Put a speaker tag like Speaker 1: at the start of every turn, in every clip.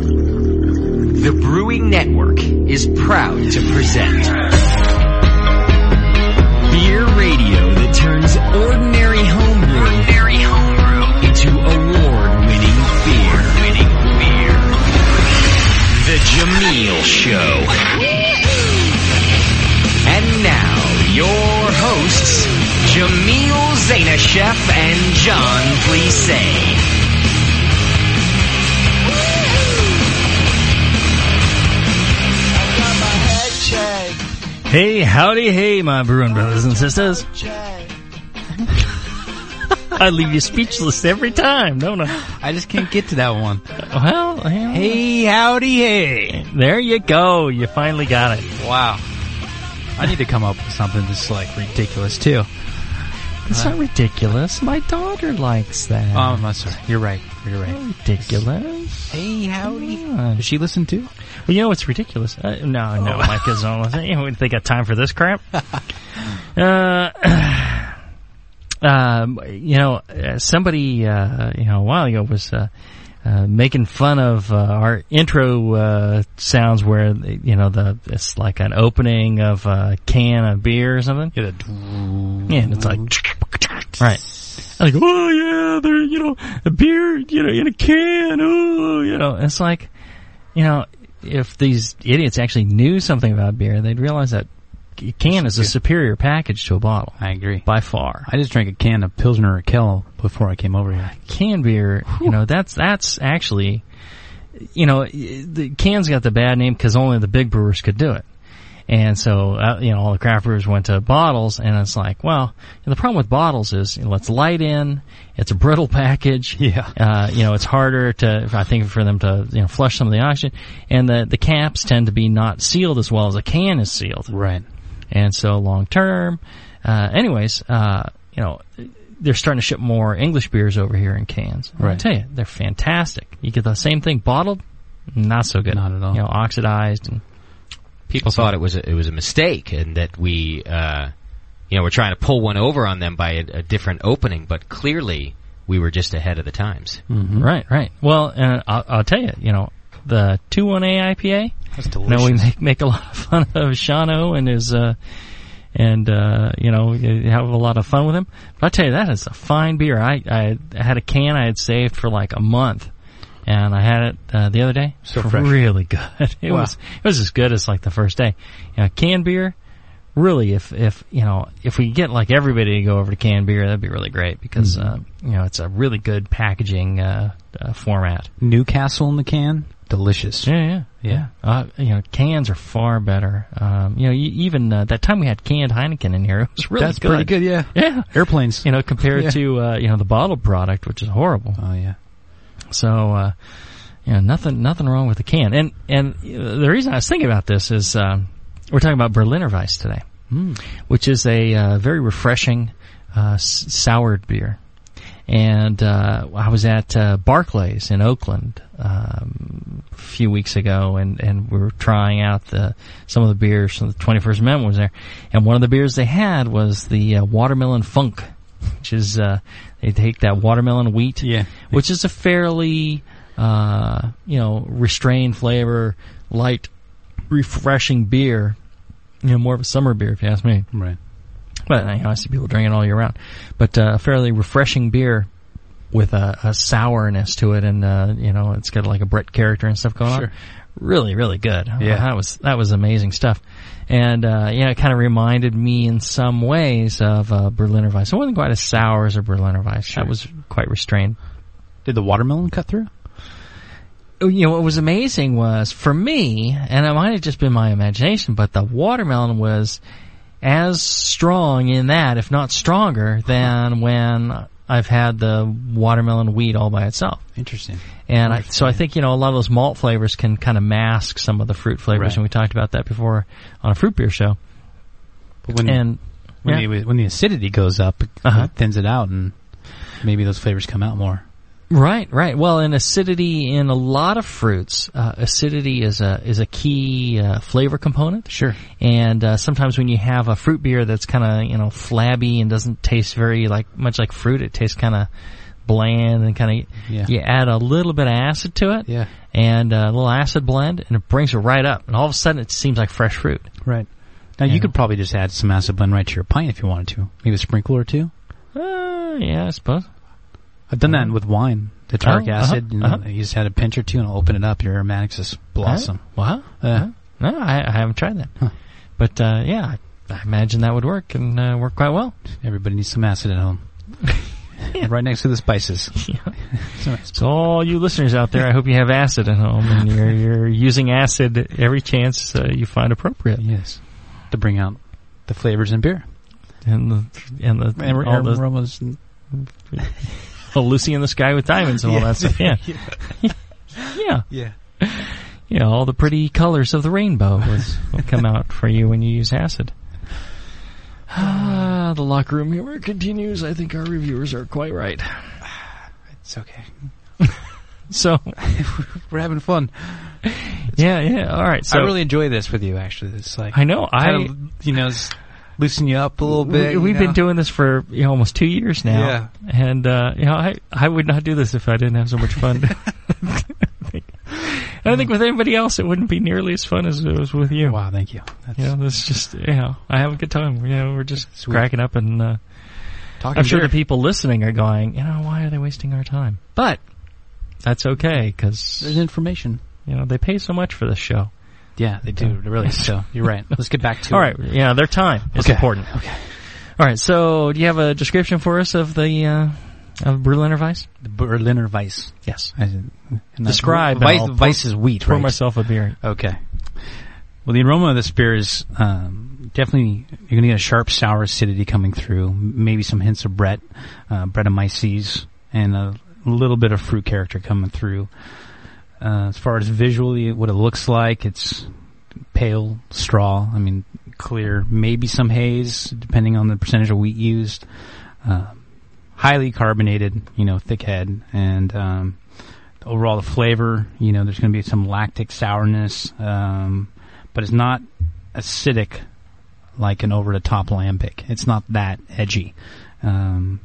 Speaker 1: The Brewing Network is proud to present
Speaker 2: Beer radio that turns ordinary homebrew, into award-winning beer. The Jameel Show.
Speaker 1: And now, your hosts, Jameel Zainashev and John Plisse.
Speaker 3: Hey, howdy, hey, my Bruin brothers and sisters. I leave you speechless every time, don't I? I just can't get to that one. Well, hey, howdy, hey. There you go. You finally got it. Wow. I need to come up with something that's like ridiculous too. It's not ridiculous. My daughter likes that.
Speaker 4: Oh, I'm sorry. You're right. You're right.
Speaker 3: ridiculous.
Speaker 4: Hey, howdy.
Speaker 3: Does she listen too? Well, you know what's ridiculous? Uh, no, no,
Speaker 4: Oh.
Speaker 3: my kids don't listen. You know, they got time for this crap. uh, um, you know, uh, somebody uh, you know a while ago was uh, uh, making fun of uh, our intro uh, sounds where you know the it's like an opening of a can of beer or something. Yeah, and it's like right. I was like, oh yeah, they're you know a beer, you know, in a can. Oh, you know, it's like, you know, if these idiots actually knew something about beer, they'd realize that a can is a superior package to a bottle. I agree by far.
Speaker 4: I just drank a can of Pilsner Raquel before I came over here.
Speaker 3: Can beer, you know, that's that's actually, you know, the can's got the bad name because only the big brewers could do it. And so, uh, you know, all the craft brewers went to bottles, and it's like, well, the problem with bottles is you know, it's light in, it's a brittle package. Yeah. Uh, you know, it's harder to, I think, for them to, you know, flush some of the oxygen, and the the caps tend to be not sealed as well as a can is sealed. Right. And so, long term, uh, anyways, uh, you know, they're starting to ship more English beers over here in cans. And I
Speaker 4: Right.
Speaker 3: tell you, they're fantastic. You get the same thing bottled, not so good. Not at all. You know, oxidized and
Speaker 1: People thought it was a, it was a mistake and that we, uh, you know, we're trying to pull one over on them by a, a different opening, but clearly we were just ahead of the times.
Speaker 3: Right, right. Well, and I'll, I'll tell you, you know, the 2-1-A IPA.
Speaker 4: That's
Speaker 3: I know we make, make a lot of fun of Shano and his, uh, and, uh, you know, we have a lot of fun with him. But I tell you, that is a fine beer. I, I had a can I had saved for like a month. And I had it uh, the other day.
Speaker 4: So fresh.
Speaker 3: Really good. It
Speaker 4: Wow.
Speaker 3: was it was as good as like the first day. You know, canned beer, really. If if you know if we get like everybody to go over to canned beer, that'd be really great because
Speaker 4: Mhm.
Speaker 3: uh, you know it's a really good packaging uh, uh, format.
Speaker 4: Newcastle in the can, delicious.
Speaker 3: Yeah, yeah, yeah. Uh, you know, cans are far better. Um, you know, you, even uh, that time we had canned Heineken in here, it was really
Speaker 4: That's pretty good. Yeah.
Speaker 3: Yeah,
Speaker 4: Airplanes.
Speaker 3: you know, compared
Speaker 4: Yeah.
Speaker 3: to uh, you know the bottled product, which is horrible.
Speaker 4: Oh yeah.
Speaker 3: So, uh, you know, nothing, nothing wrong with the can. And, and uh, the reason I was thinking about this is, um, we're talking about Berliner Weiss today, which is a, uh, very refreshing, uh, s- soured beer. And, uh, I was at, uh, Barclays in Oakland, um, a few weeks ago and, and we were trying out the, some of the beers. So the 21st Amendment was there. And one of the beers they had was the uh, watermelon funk, which is, uh, they take that watermelon wheat
Speaker 4: Yeah.
Speaker 3: which is a fairly uh, you know restrained flavor, light, refreshing beer. You know, more of a summer beer, if you ask me.
Speaker 4: Right.
Speaker 3: But you know, I see people drinking all year round. But uh, a fairly refreshing beer with a, a sourness to it, and uh, you know, it's got like a Brett character and stuff going on.
Speaker 4: Sure.
Speaker 3: Really, really good. Uh,
Speaker 4: Yeah.
Speaker 3: that was that was amazing stuff. And uh, yeah, it kind of reminded me in some ways of uh, Berliner Weiss. It wasn't quite as sour as a Berliner Weiss. That was quite restrained.
Speaker 4: Did the watermelon cut through?
Speaker 3: Oh, you know what was amazing was for me, and it might have just been my imagination, but the watermelon was as strong in that, if not stronger, than when I've had the watermelon wheat all by itself.
Speaker 4: Interesting.
Speaker 3: And I, so I think you know a lot of those malt flavors can kind of mask some of the fruit flavors,
Speaker 4: Right.
Speaker 3: and we talked about that before on a fruit beer show.
Speaker 4: But when
Speaker 3: and
Speaker 4: when,
Speaker 3: yeah.
Speaker 4: the, when the acidity goes up, it
Speaker 3: Uh-huh.
Speaker 4: it thins it out, and maybe those flavors come out more.
Speaker 3: Right, right. Well, and acidity in a lot of fruits, uh, acidity is a is a key uh, flavor component.
Speaker 4: Sure.
Speaker 3: And uh, sometimes when you have a fruit beer that's kind of you know flabby and doesn't taste very like much like fruit, it tastes kind of bland and kind of
Speaker 4: Yeah.
Speaker 3: you add a little bit of acid to it,
Speaker 4: Yeah.
Speaker 3: and uh, a little acid blend, and it brings it right up, and all of a sudden it seems like fresh fruit.
Speaker 4: Right. Now
Speaker 3: Yeah.
Speaker 4: you could probably just add some acid blend right to your pint if you wanted to. Maybe a sprinkle or two.
Speaker 3: Uh, yeah, I suppose.
Speaker 4: I've done that with wine. The tarc
Speaker 3: Oh, uh-huh,
Speaker 4: acid, you, know,
Speaker 3: uh-huh.
Speaker 4: you just had a pinch or two and open it up. Your aromatics just blossom.
Speaker 3: Wow.
Speaker 4: Uh-huh. Yeah.
Speaker 3: No, I, I haven't tried that, but uh, yeah, I, I imagine that would work and uh, work quite well.
Speaker 4: Everybody needs some acid at home. Right next to the spices.
Speaker 3: So all you listeners out there, I hope you have acid at home and you're, you're using acid every chance uh, you find appropriate.
Speaker 4: Yes. To bring out the flavors in beer.
Speaker 3: And the and the
Speaker 4: And
Speaker 3: all the
Speaker 4: aromas.
Speaker 3: the Lucy in the Sky with Diamonds and all that stuff. Yeah, yeah,
Speaker 4: Yeah.
Speaker 3: yeah. All the pretty colors of the rainbow was, will come out for you when you use acid. Ah, the locker room humor continues. I think our reviewers are quite right.
Speaker 4: It's okay.
Speaker 3: So
Speaker 4: We're having fun.
Speaker 3: yeah, yeah. All right. So
Speaker 4: I really enjoy this with you, actually. It's like,
Speaker 3: I know. I
Speaker 4: kind of, you know, it's loosen you up a little bit. you
Speaker 3: We, have
Speaker 4: know?
Speaker 3: been doing this for you know, almost two years now, and uh, you know, I I would not do this if I didn't have so much fun. and I think with anybody else, it wouldn't be nearly as fun as it was with you.
Speaker 4: Wow, thank you. That's
Speaker 3: You know, this is just you know, I have a good time. You know, we're just
Speaker 4: Sweet.
Speaker 3: cracking up, and uh,
Speaker 4: talking
Speaker 3: I'm sure
Speaker 4: beer.
Speaker 3: the people listening are going, you know, why are they wasting our time? But that's okay
Speaker 4: There's
Speaker 3: because
Speaker 4: information.
Speaker 3: you know they pay so much for this show.
Speaker 4: Yeah, they do. Really. So you're right. Let's get back to
Speaker 3: All
Speaker 4: it.
Speaker 3: right, yeah, their time is
Speaker 4: Okay.
Speaker 3: important. Okay. All right, so do you have a description for us of the uh, of Berliner Weiss?
Speaker 4: The Berliner Weiss.
Speaker 3: Yes.
Speaker 4: I didn't- and that's-
Speaker 3: Describe
Speaker 4: Weiss,
Speaker 3: now. Pour-
Speaker 4: Weiss is wheat,
Speaker 3: Pour
Speaker 4: right?
Speaker 3: myself a beer.
Speaker 4: Okay. Well, the aroma of this beer is um, definitely you're going to get a sharp, sour acidity coming through. m- Maybe some hints of Brett, uh, Brettomyces, and a little bit of fruit character coming through. Uh, as far as visually, what it looks like, it's pale straw. I mean, clear, maybe some haze, depending on the percentage of wheat used. Uh, highly carbonated, you know, thick head, and um, overall the flavor. You know, there's going to be some lactic sourness, um, but it's not acidic like an over the top lambic. It's not that edgy. Um,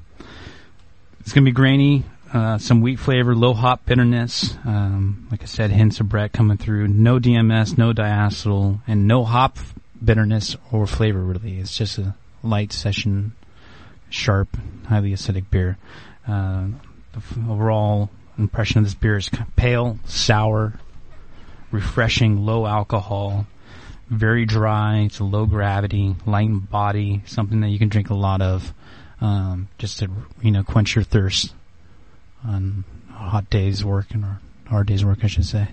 Speaker 4: it's going to be grainy, uh, some wheat flavor, low hop bitterness. Um, like I said, hints of Brett coming through. No DMS, no diacetyl, and no hop bitterness or flavor really. It's just a light session, sharp, highly acidic beer. Uh, the f- overall impression of this beer is ki- pale, sour, refreshing, low alcohol, very dry. It's a low gravity, light in body, something that you can drink a lot of, um, just to you know quench your thirst on hot days working or hard days work, I should say.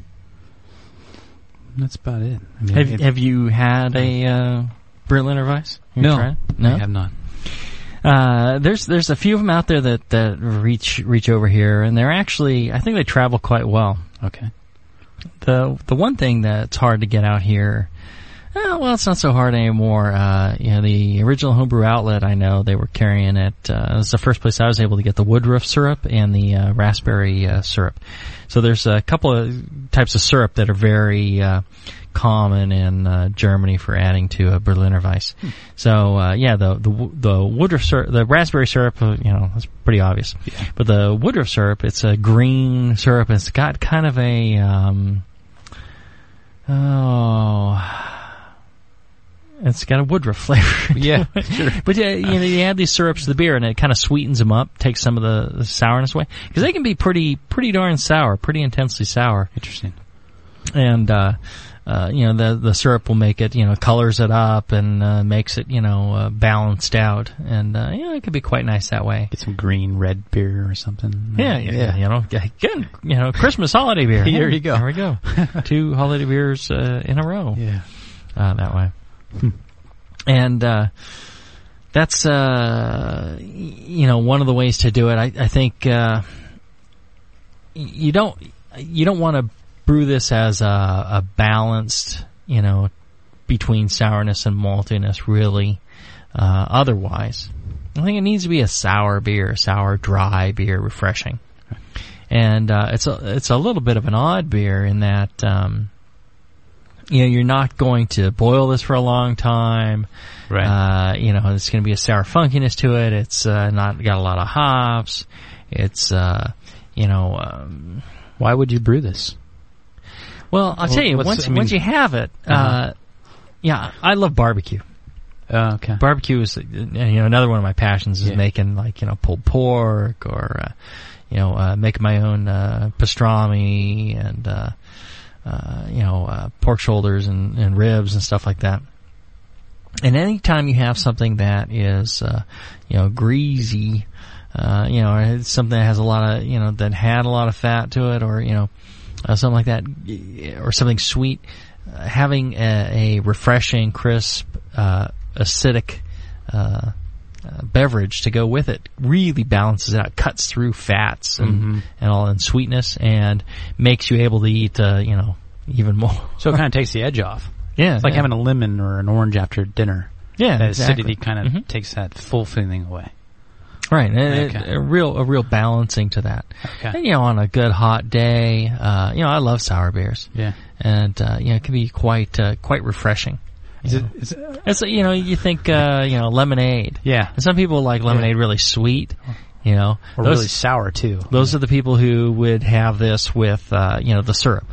Speaker 4: That's about it. I mean,
Speaker 3: Have,
Speaker 4: it-
Speaker 3: have you had a uh, Berliner Weiss? You
Speaker 4: no,
Speaker 3: tried?
Speaker 4: I
Speaker 3: no.
Speaker 4: have not.
Speaker 3: Uh, there's there's a few of them out there that that reach reach over here, and they're actually I think they travel quite well.
Speaker 4: Okay.
Speaker 3: the the one thing that's hard to get out here. Uh, well, it's not so hard anymore. Uh, you know, the original homebrew outlet I know they were carrying it. Uh, it was the first place I was able to get the woodruff syrup and the uh, raspberry uh, syrup. So there's a couple of types of syrup that are very uh, common in uh, Germany for adding to a Berliner Weiss. So uh, yeah, the the wo- the woodruff syrup, the raspberry syrup, uh, you know, that's pretty obvious. But the woodruff syrup, it's a green syrup. It's got kind of a um, Oh, it's got a woodruff flavor.
Speaker 4: Yeah. sure.
Speaker 3: but yeah, you know, you add these syrups to the beer, and it kind of sweetens them up, takes some of the, the sourness away because they can be pretty, pretty darn sour, pretty intensely sour.
Speaker 4: Interesting.
Speaker 3: And uh, uh, uh, you know the the syrup will make it you know colors it up and uh, makes it you know uh, balanced out and uh, you know it could be quite nice that way.
Speaker 4: Get some green red beer or something.
Speaker 3: Yeah, yeah, you know, again, you know, Christmas holiday beer.
Speaker 4: There you go.
Speaker 3: There we go. Two holiday beers uh, in a row
Speaker 4: Yeah.
Speaker 3: uh, that way. And uh, that's uh, y- you know one of the ways to do it. I, I think uh, y- you don't you don't want to brew this as a, a balanced you know between sourness and maltiness really. Uh, otherwise, I think it needs to be a sour beer, sour dry beer, refreshing. And uh, it's a it's a little bit of an odd beer in that. Um, you know, you're not going to boil this for a long time.
Speaker 4: Right.
Speaker 3: Uh, you know, it's going to be a sour funkiness to it. It's uh, not got a lot of hops. It's, uh, you know, um,
Speaker 4: Why would you brew this?
Speaker 3: well, I'll tell you,
Speaker 4: what's-
Speaker 3: once,
Speaker 4: I mean-
Speaker 3: once you have it, uh
Speaker 4: Uh-huh.
Speaker 3: yeah, I love barbecue.
Speaker 4: Uh, okay.
Speaker 3: Barbecue is, uh, you know, another one of my passions is
Speaker 4: Yeah.
Speaker 3: making like, you know, pulled pork or, uh, you know, uh, making my own, uh, pastrami and, uh, uh, you know, uh, pork shoulders and, and ribs and stuff like that. And anytime you have something that is, uh, you know, greasy, uh, you know, or it's something that has a lot of, you know, that had a lot of fat to it or, you know, uh, something like that, y- or something sweet, uh, having a, a refreshing, crisp, uh, acidic, uh, uh, beverage to go with it really balances it out, cuts through fats and, and all and sweetness and makes you able to eat, uh, you know, even more.
Speaker 4: So it kind of takes the edge off.
Speaker 3: Yeah.
Speaker 4: It's like
Speaker 3: yeah.
Speaker 4: having a lemon or an orange after dinner.
Speaker 3: yeah,
Speaker 4: That
Speaker 3: exactly.
Speaker 4: acidity kind of
Speaker 3: Mhm.
Speaker 4: takes that full feeling away.
Speaker 3: Right. A-
Speaker 4: Okay.
Speaker 3: A, a real, a real balancing to that.
Speaker 4: Okay.
Speaker 3: And, you know, on a good hot day, uh, you know, I love sour beers.
Speaker 4: Yeah.
Speaker 3: And, uh, you know, it can be quite, uh, quite refreshing.
Speaker 4: Is it, is it,
Speaker 3: It's, you know, you think, uh, you know, lemonade.
Speaker 4: yeah.
Speaker 3: And some people like lemonade really sweet, you know.
Speaker 4: Or
Speaker 3: Those-
Speaker 4: really sour too.
Speaker 3: Those are the people who would have this with, uh, you know, the syrup.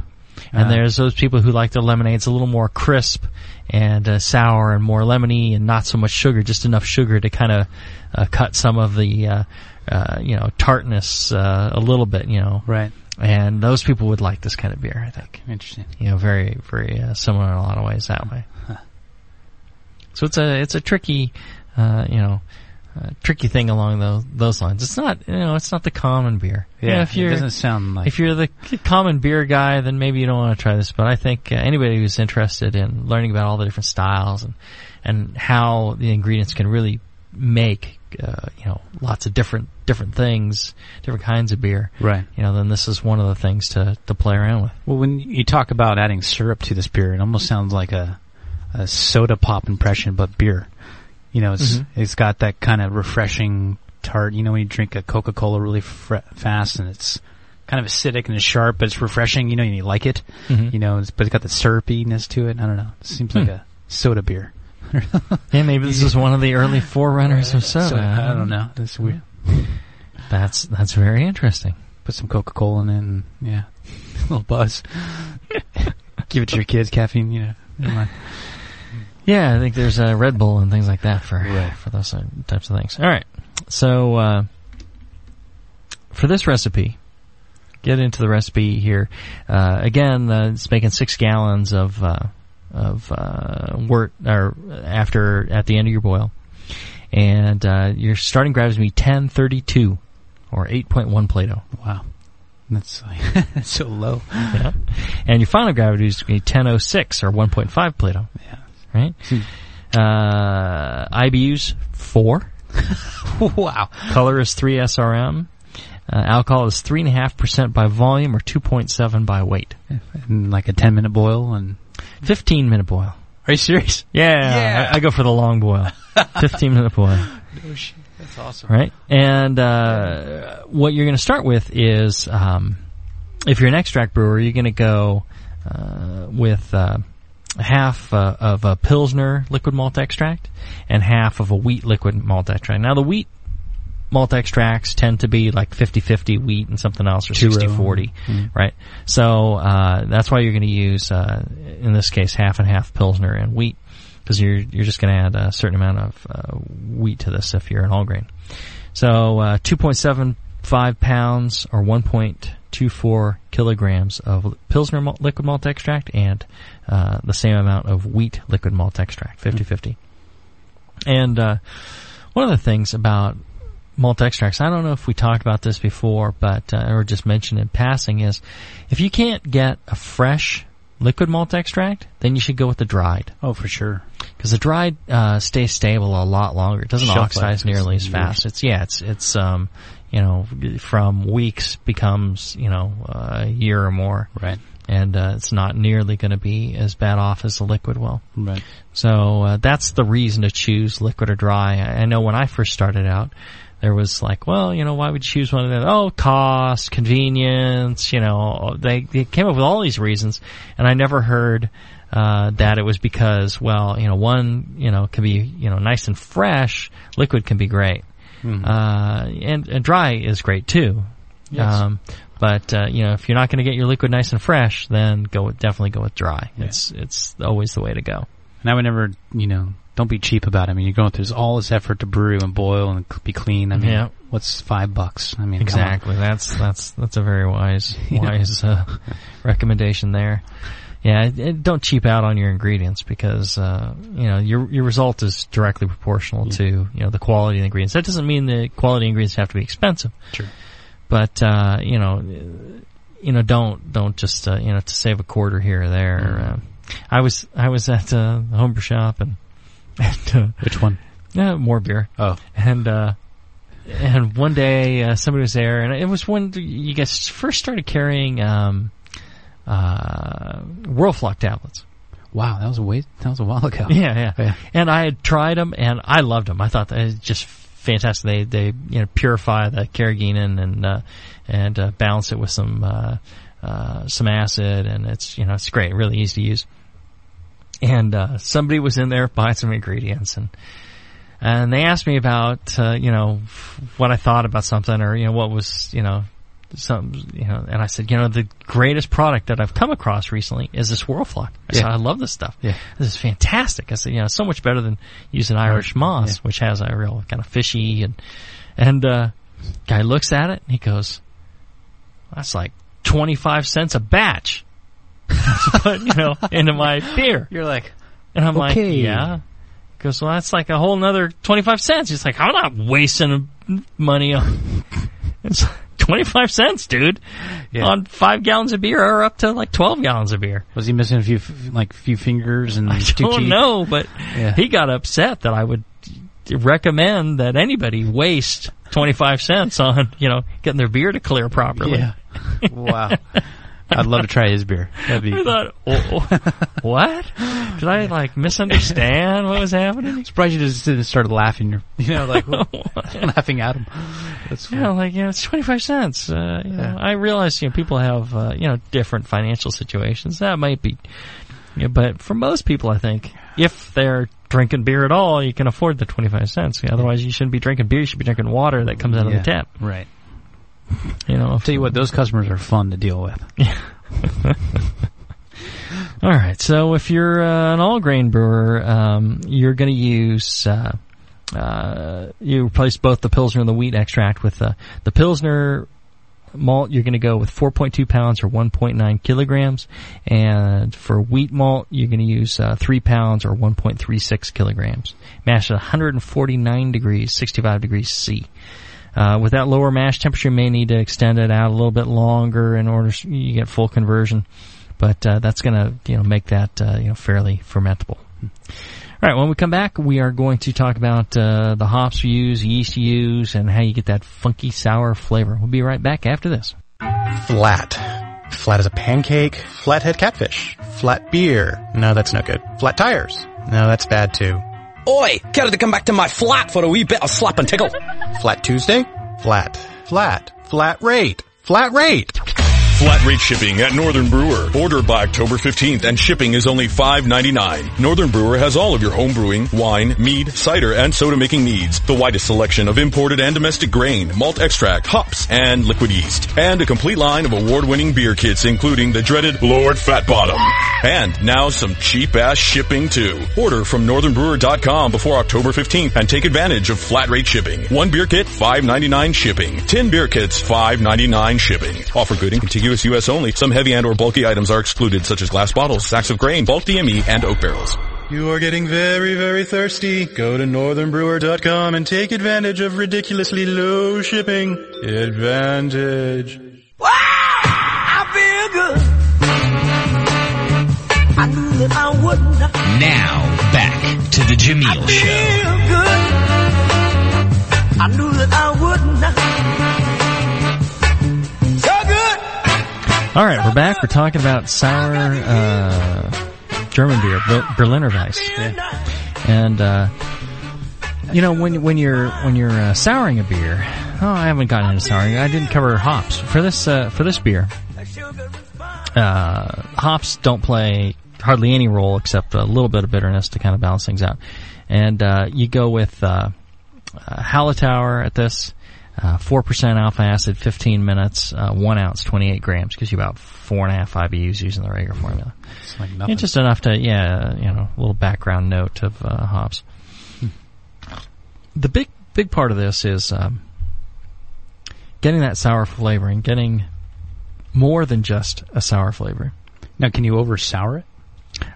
Speaker 3: And
Speaker 4: Uh-huh.
Speaker 3: there's those people who like their lemonades a little more crisp and uh, sour and more lemony and not so much sugar, just enough sugar to kind of uh, cut some of the, uh, uh, you know, tartness uh, a little bit, you know.
Speaker 4: Right.
Speaker 3: And those people would like this kind of beer, I think.
Speaker 4: Interesting.
Speaker 3: You know, very, very uh, similar in a lot of ways that way. So it's a it's a tricky, uh, you know, uh, tricky thing along those those lines. It's not you know it's not the common beer. You know, if
Speaker 4: it
Speaker 3: you're
Speaker 4: doesn't sound like
Speaker 3: if you're the c- common beer guy, then maybe you don't want to try this. But I think uh, anybody who's interested in learning about all the different styles and and how the ingredients can really make uh, you know lots of different different things, different kinds of beer.
Speaker 4: right.
Speaker 3: You know, then this is one of the things to to play around with.
Speaker 4: Well, when you talk about adding syrup to this beer, it almost sounds like a, a soda pop impression, but beer. You know, it's it's got that kind of refreshing tart. You know, when you drink a Coca Cola really fre- fast, and it's kind of acidic and it's sharp, but it's refreshing. You know, and you like it.
Speaker 3: Mm-hmm.
Speaker 4: You know, it's, but it's got the syrupiness to it. I don't know. It seems like a soda beer.
Speaker 3: Yeah, maybe this is one of the early forerunners of soda.
Speaker 4: So, I don't know. That's weird.
Speaker 3: That's that's very interesting.
Speaker 4: Put some Coca Cola in it, and yeah, a little buzz. Give it to your kids, caffeine. You know, never mind.
Speaker 3: Yeah, I think there's uh, Red Bull and things like that for
Speaker 4: Right.
Speaker 3: for those uh, types of things. All right, so uh, for this recipe, get into the recipe here. Uh, again, uh, it's making six gallons of uh, of uh, wort or after at the end of your boil, and uh, your starting gravity is going to be ten thirty two or eight point one Plato.
Speaker 4: Wow. That's like, that's so low.
Speaker 3: Yeah. And your final gravity is going to be 1006 or 1.5 Plato.
Speaker 4: Yeah.
Speaker 3: Right? Uh, IBUs, 4.
Speaker 4: wow.
Speaker 3: Color is 3 SRM. Uh, alcohol is 3.5% by volume or 2.7 by weight.
Speaker 4: And like a 10 minute boil and.
Speaker 3: 15 minute boil.
Speaker 4: Are you serious?
Speaker 3: Yeah. I, I go for the long boil. 15 minute boil.
Speaker 4: That's awesome.
Speaker 3: Right? And uh, what you're going to start with is um, if you're an extract brewer, you're going to go uh, with uh, half uh, of a Pilsner liquid malt extract and half of a wheat liquid malt extract. Now, the wheat malt extracts tend to be like 50-50 wheat and something else or 60-40 right so uh, that's why you're going to use uh, in this case half and half pilsner and wheat because you're you're just going to add a certain amount of uh, wheat to this if you're an all grain so uh, 2.75 pounds or 1.2 0.24 kilograms of Pilsner malt, liquid malt extract and uh, the same amount of wheat liquid malt extract, 50 50. And uh, one of the things about malt extracts, I don't know if we talked about this before, but uh, or just mentioned in passing, is if you can't get a fresh liquid malt extract, then you should go with the dried
Speaker 4: Oh, for sure.
Speaker 3: because the dried uh, stays stable a lot longer. It doesn't
Speaker 4: Shelf life
Speaker 3: oxidize
Speaker 4: is
Speaker 3: nearly as
Speaker 4: huge.
Speaker 3: fast. It's yeah, it's it's um, you know, from weeks becomes you know a year or more,
Speaker 4: Right.
Speaker 3: and uh, it's not nearly going to be as bad off as the liquid will.
Speaker 4: Right.
Speaker 3: So uh, that's the reason to choose liquid or dry. I, I know when I first started out, there was like, well, you know, why would you choose one of them? Oh, cost, convenience, you know, they, they came up with all these reasons, and I never heard uh, that it was because, well, you know, one, you know, can be, you know, nice and fresh. Liquid can be great, uh, and and dry is great too.
Speaker 4: Yes.
Speaker 3: Um, but uh, you know, if you're not going to get your liquid nice and fresh, then go with, definitely go with dry. It's it's always the way to go.
Speaker 4: And I would never, you know, don't be cheap about it. I mean, you're going through this- all this effort to brew and boil and c- be clean. I mean,
Speaker 3: Yeah.
Speaker 4: what's five bucks? I mean, come on.
Speaker 3: Exactly. That's that's that's a very wise wise uh, recommendation there. Yeah, it- it- don't cheap out on your ingredients because uh, you know your your result is directly proportional to you know the quality of the ingredients. That doesn't mean the quality ingredients have to be expensive.
Speaker 4: Sure.
Speaker 3: But uh, you know, uh, you know, don't don't just uh, you know to save a quarter here or there.
Speaker 4: Mm-hmm.
Speaker 3: Uh, I was I was at uh, the homebrew shop and and uh,
Speaker 4: Which one?
Speaker 3: yeah, more beer
Speaker 4: Oh,
Speaker 3: and uh, and one day uh, somebody was there, and it was when you guys first started carrying um, uh, Whirlflock tablets.
Speaker 4: wow. That was a wait. That was a while ago.
Speaker 3: Yeah, yeah,
Speaker 4: Yeah.
Speaker 3: And I had tried them, and I loved them. I thought that was just fantastic. They they you know purify the carrageenan and uh, and uh, balance it with some uh, uh, some acid, and it's you know it's great, really easy to use. And uh, somebody was in there buying some ingredients, and and they asked me about uh, you know what I thought about something, or you know what was you know. Some, you know, and I said, you know, the greatest product that I've come across recently is this Whirlflock. I said,
Speaker 4: Yeah.
Speaker 3: I love this stuff
Speaker 4: Yeah.
Speaker 3: this is fantastic. I said, you know, so much better than using Irish moss, which has a real kind of fishy and and uh, guy looks at it and he goes, that's like twenty five cents a batch. Put you know into my beer,
Speaker 4: You're like,
Speaker 3: and I'm like,
Speaker 4: Okay.
Speaker 3: yeah. He goes, well, that's like a whole another twenty five cents. He's like, I'm not wasting money on. It's twenty five cents, dude,
Speaker 4: Yeah.
Speaker 3: on five gallons of beer or up to like twelve gallons of beer.
Speaker 4: was he missing a few, f- like, few fingers and
Speaker 3: I don't know, but
Speaker 4: Yeah.
Speaker 3: he got upset that I would recommend that anybody waste 25 cents on, you know, getting their beer to clear properly.
Speaker 4: Yeah. wow. I'd love to try his beer. That'd be.
Speaker 3: I thought, oh, what? Did I like misunderstand what was happening?
Speaker 4: surprised you just didn't start laughing. You know, like laughing at him. That's funny.
Speaker 3: Yeah, like you know, it's twenty five cents. Uh, you know, I realize you know people have uh, you know different financial situations. That might be, yeah, but for most people, I think if they're drinking beer at all, you can afford the twenty five cents. Otherwise, you shouldn't be drinking beer. You should be drinking water that comes out of
Speaker 4: Yeah.
Speaker 3: the tap.
Speaker 4: Right.
Speaker 3: You know.
Speaker 4: Tell you what, those customers are fun to deal with.
Speaker 3: All right. So if you're uh, an all grain brewer, um, you're going to use. Uh, uh, you replace both the pilsner and the wheat extract with uh, the pilsner malt, you're going to go with 4.2 pounds or 1.9 kilograms. And for wheat malt, you're going to use uh, 3 pounds or 1.36 kilograms. Mashed at 149 degrees, 65 degrees C. Uh, with that lower mash temperature, you may need to extend it out a little bit longer in order s- you get full conversion. But uh, that's going to you know make that uh, you know fairly fermentable. All right, when we come back, we are going to talk about uh, the hops we use, yeast you use, and how you get that funky sour flavor. We'll be right back after this.
Speaker 5: Flat. Flat as a pancake. Flathead catfish. Flat beer. No, that's no good. Flat tires. No, that's bad too.
Speaker 2: Oi, care to come back to my flat for a wee bit of slap and tickle?
Speaker 5: Flat Tuesday. Flat. Flat. Flat rate. Flat rate.
Speaker 6: Flat rate shipping at Northern Brewer. Order by October 15th and shipping is only $5.99. Northern Brewer has all of your home brewing, wine, mead, cider, and soda making needs. The widest selection of imported and domestic grain, malt extract, hops, and liquid yeast. And a complete line of award-winning beer kits including the dreaded Lord Fat Bottom. And now some cheap ass shipping too. Order from northernbrewer.com before October 15th and take advantage of flat rate shipping. One beer kit, $5.99 shipping. 10 beer kits, $5.99 shipping. Offer good in contiguous U.S. only. Some heavy and or bulky items are excluded such as glass bottles, sacks of grain, bulk DME, and oak barrels.
Speaker 5: You are getting very, very thirsty. Go to northernbrewer.com and take advantage of ridiculously low shipping. Advantage.
Speaker 7: Wow, I feel good. I knew that I wouldn't. I
Speaker 8: Now, back to the Jameel Show.
Speaker 7: feel good. I knew that I wouldn't. So good.
Speaker 3: All right, we're back. We're talking about sour uh, German beer, Ber- Berliner Weiss, and uh, you know when when you're when you're uh, souring a beer. Oh, I haven't gotten into souring. I didn't cover hops for this uh, for this beer. Uh, hops don't play hardly any role except a little bit of bitterness to kind of balance things out. And uh, you go with uh, uh, Hallertauer at this. uh, Four percent alpha acid, fifteen minutes, uh, one ounce, twenty-eight grams, gives you about four and a half IBUs using the regular formula.
Speaker 4: It's like nothing.
Speaker 3: It's just enough to, yeah, you know, a little background note of uh, hops. Hmm. The big, big part of this is um, getting that sour flavoring, getting more than just a sour flavor.
Speaker 4: now, can you over sour it?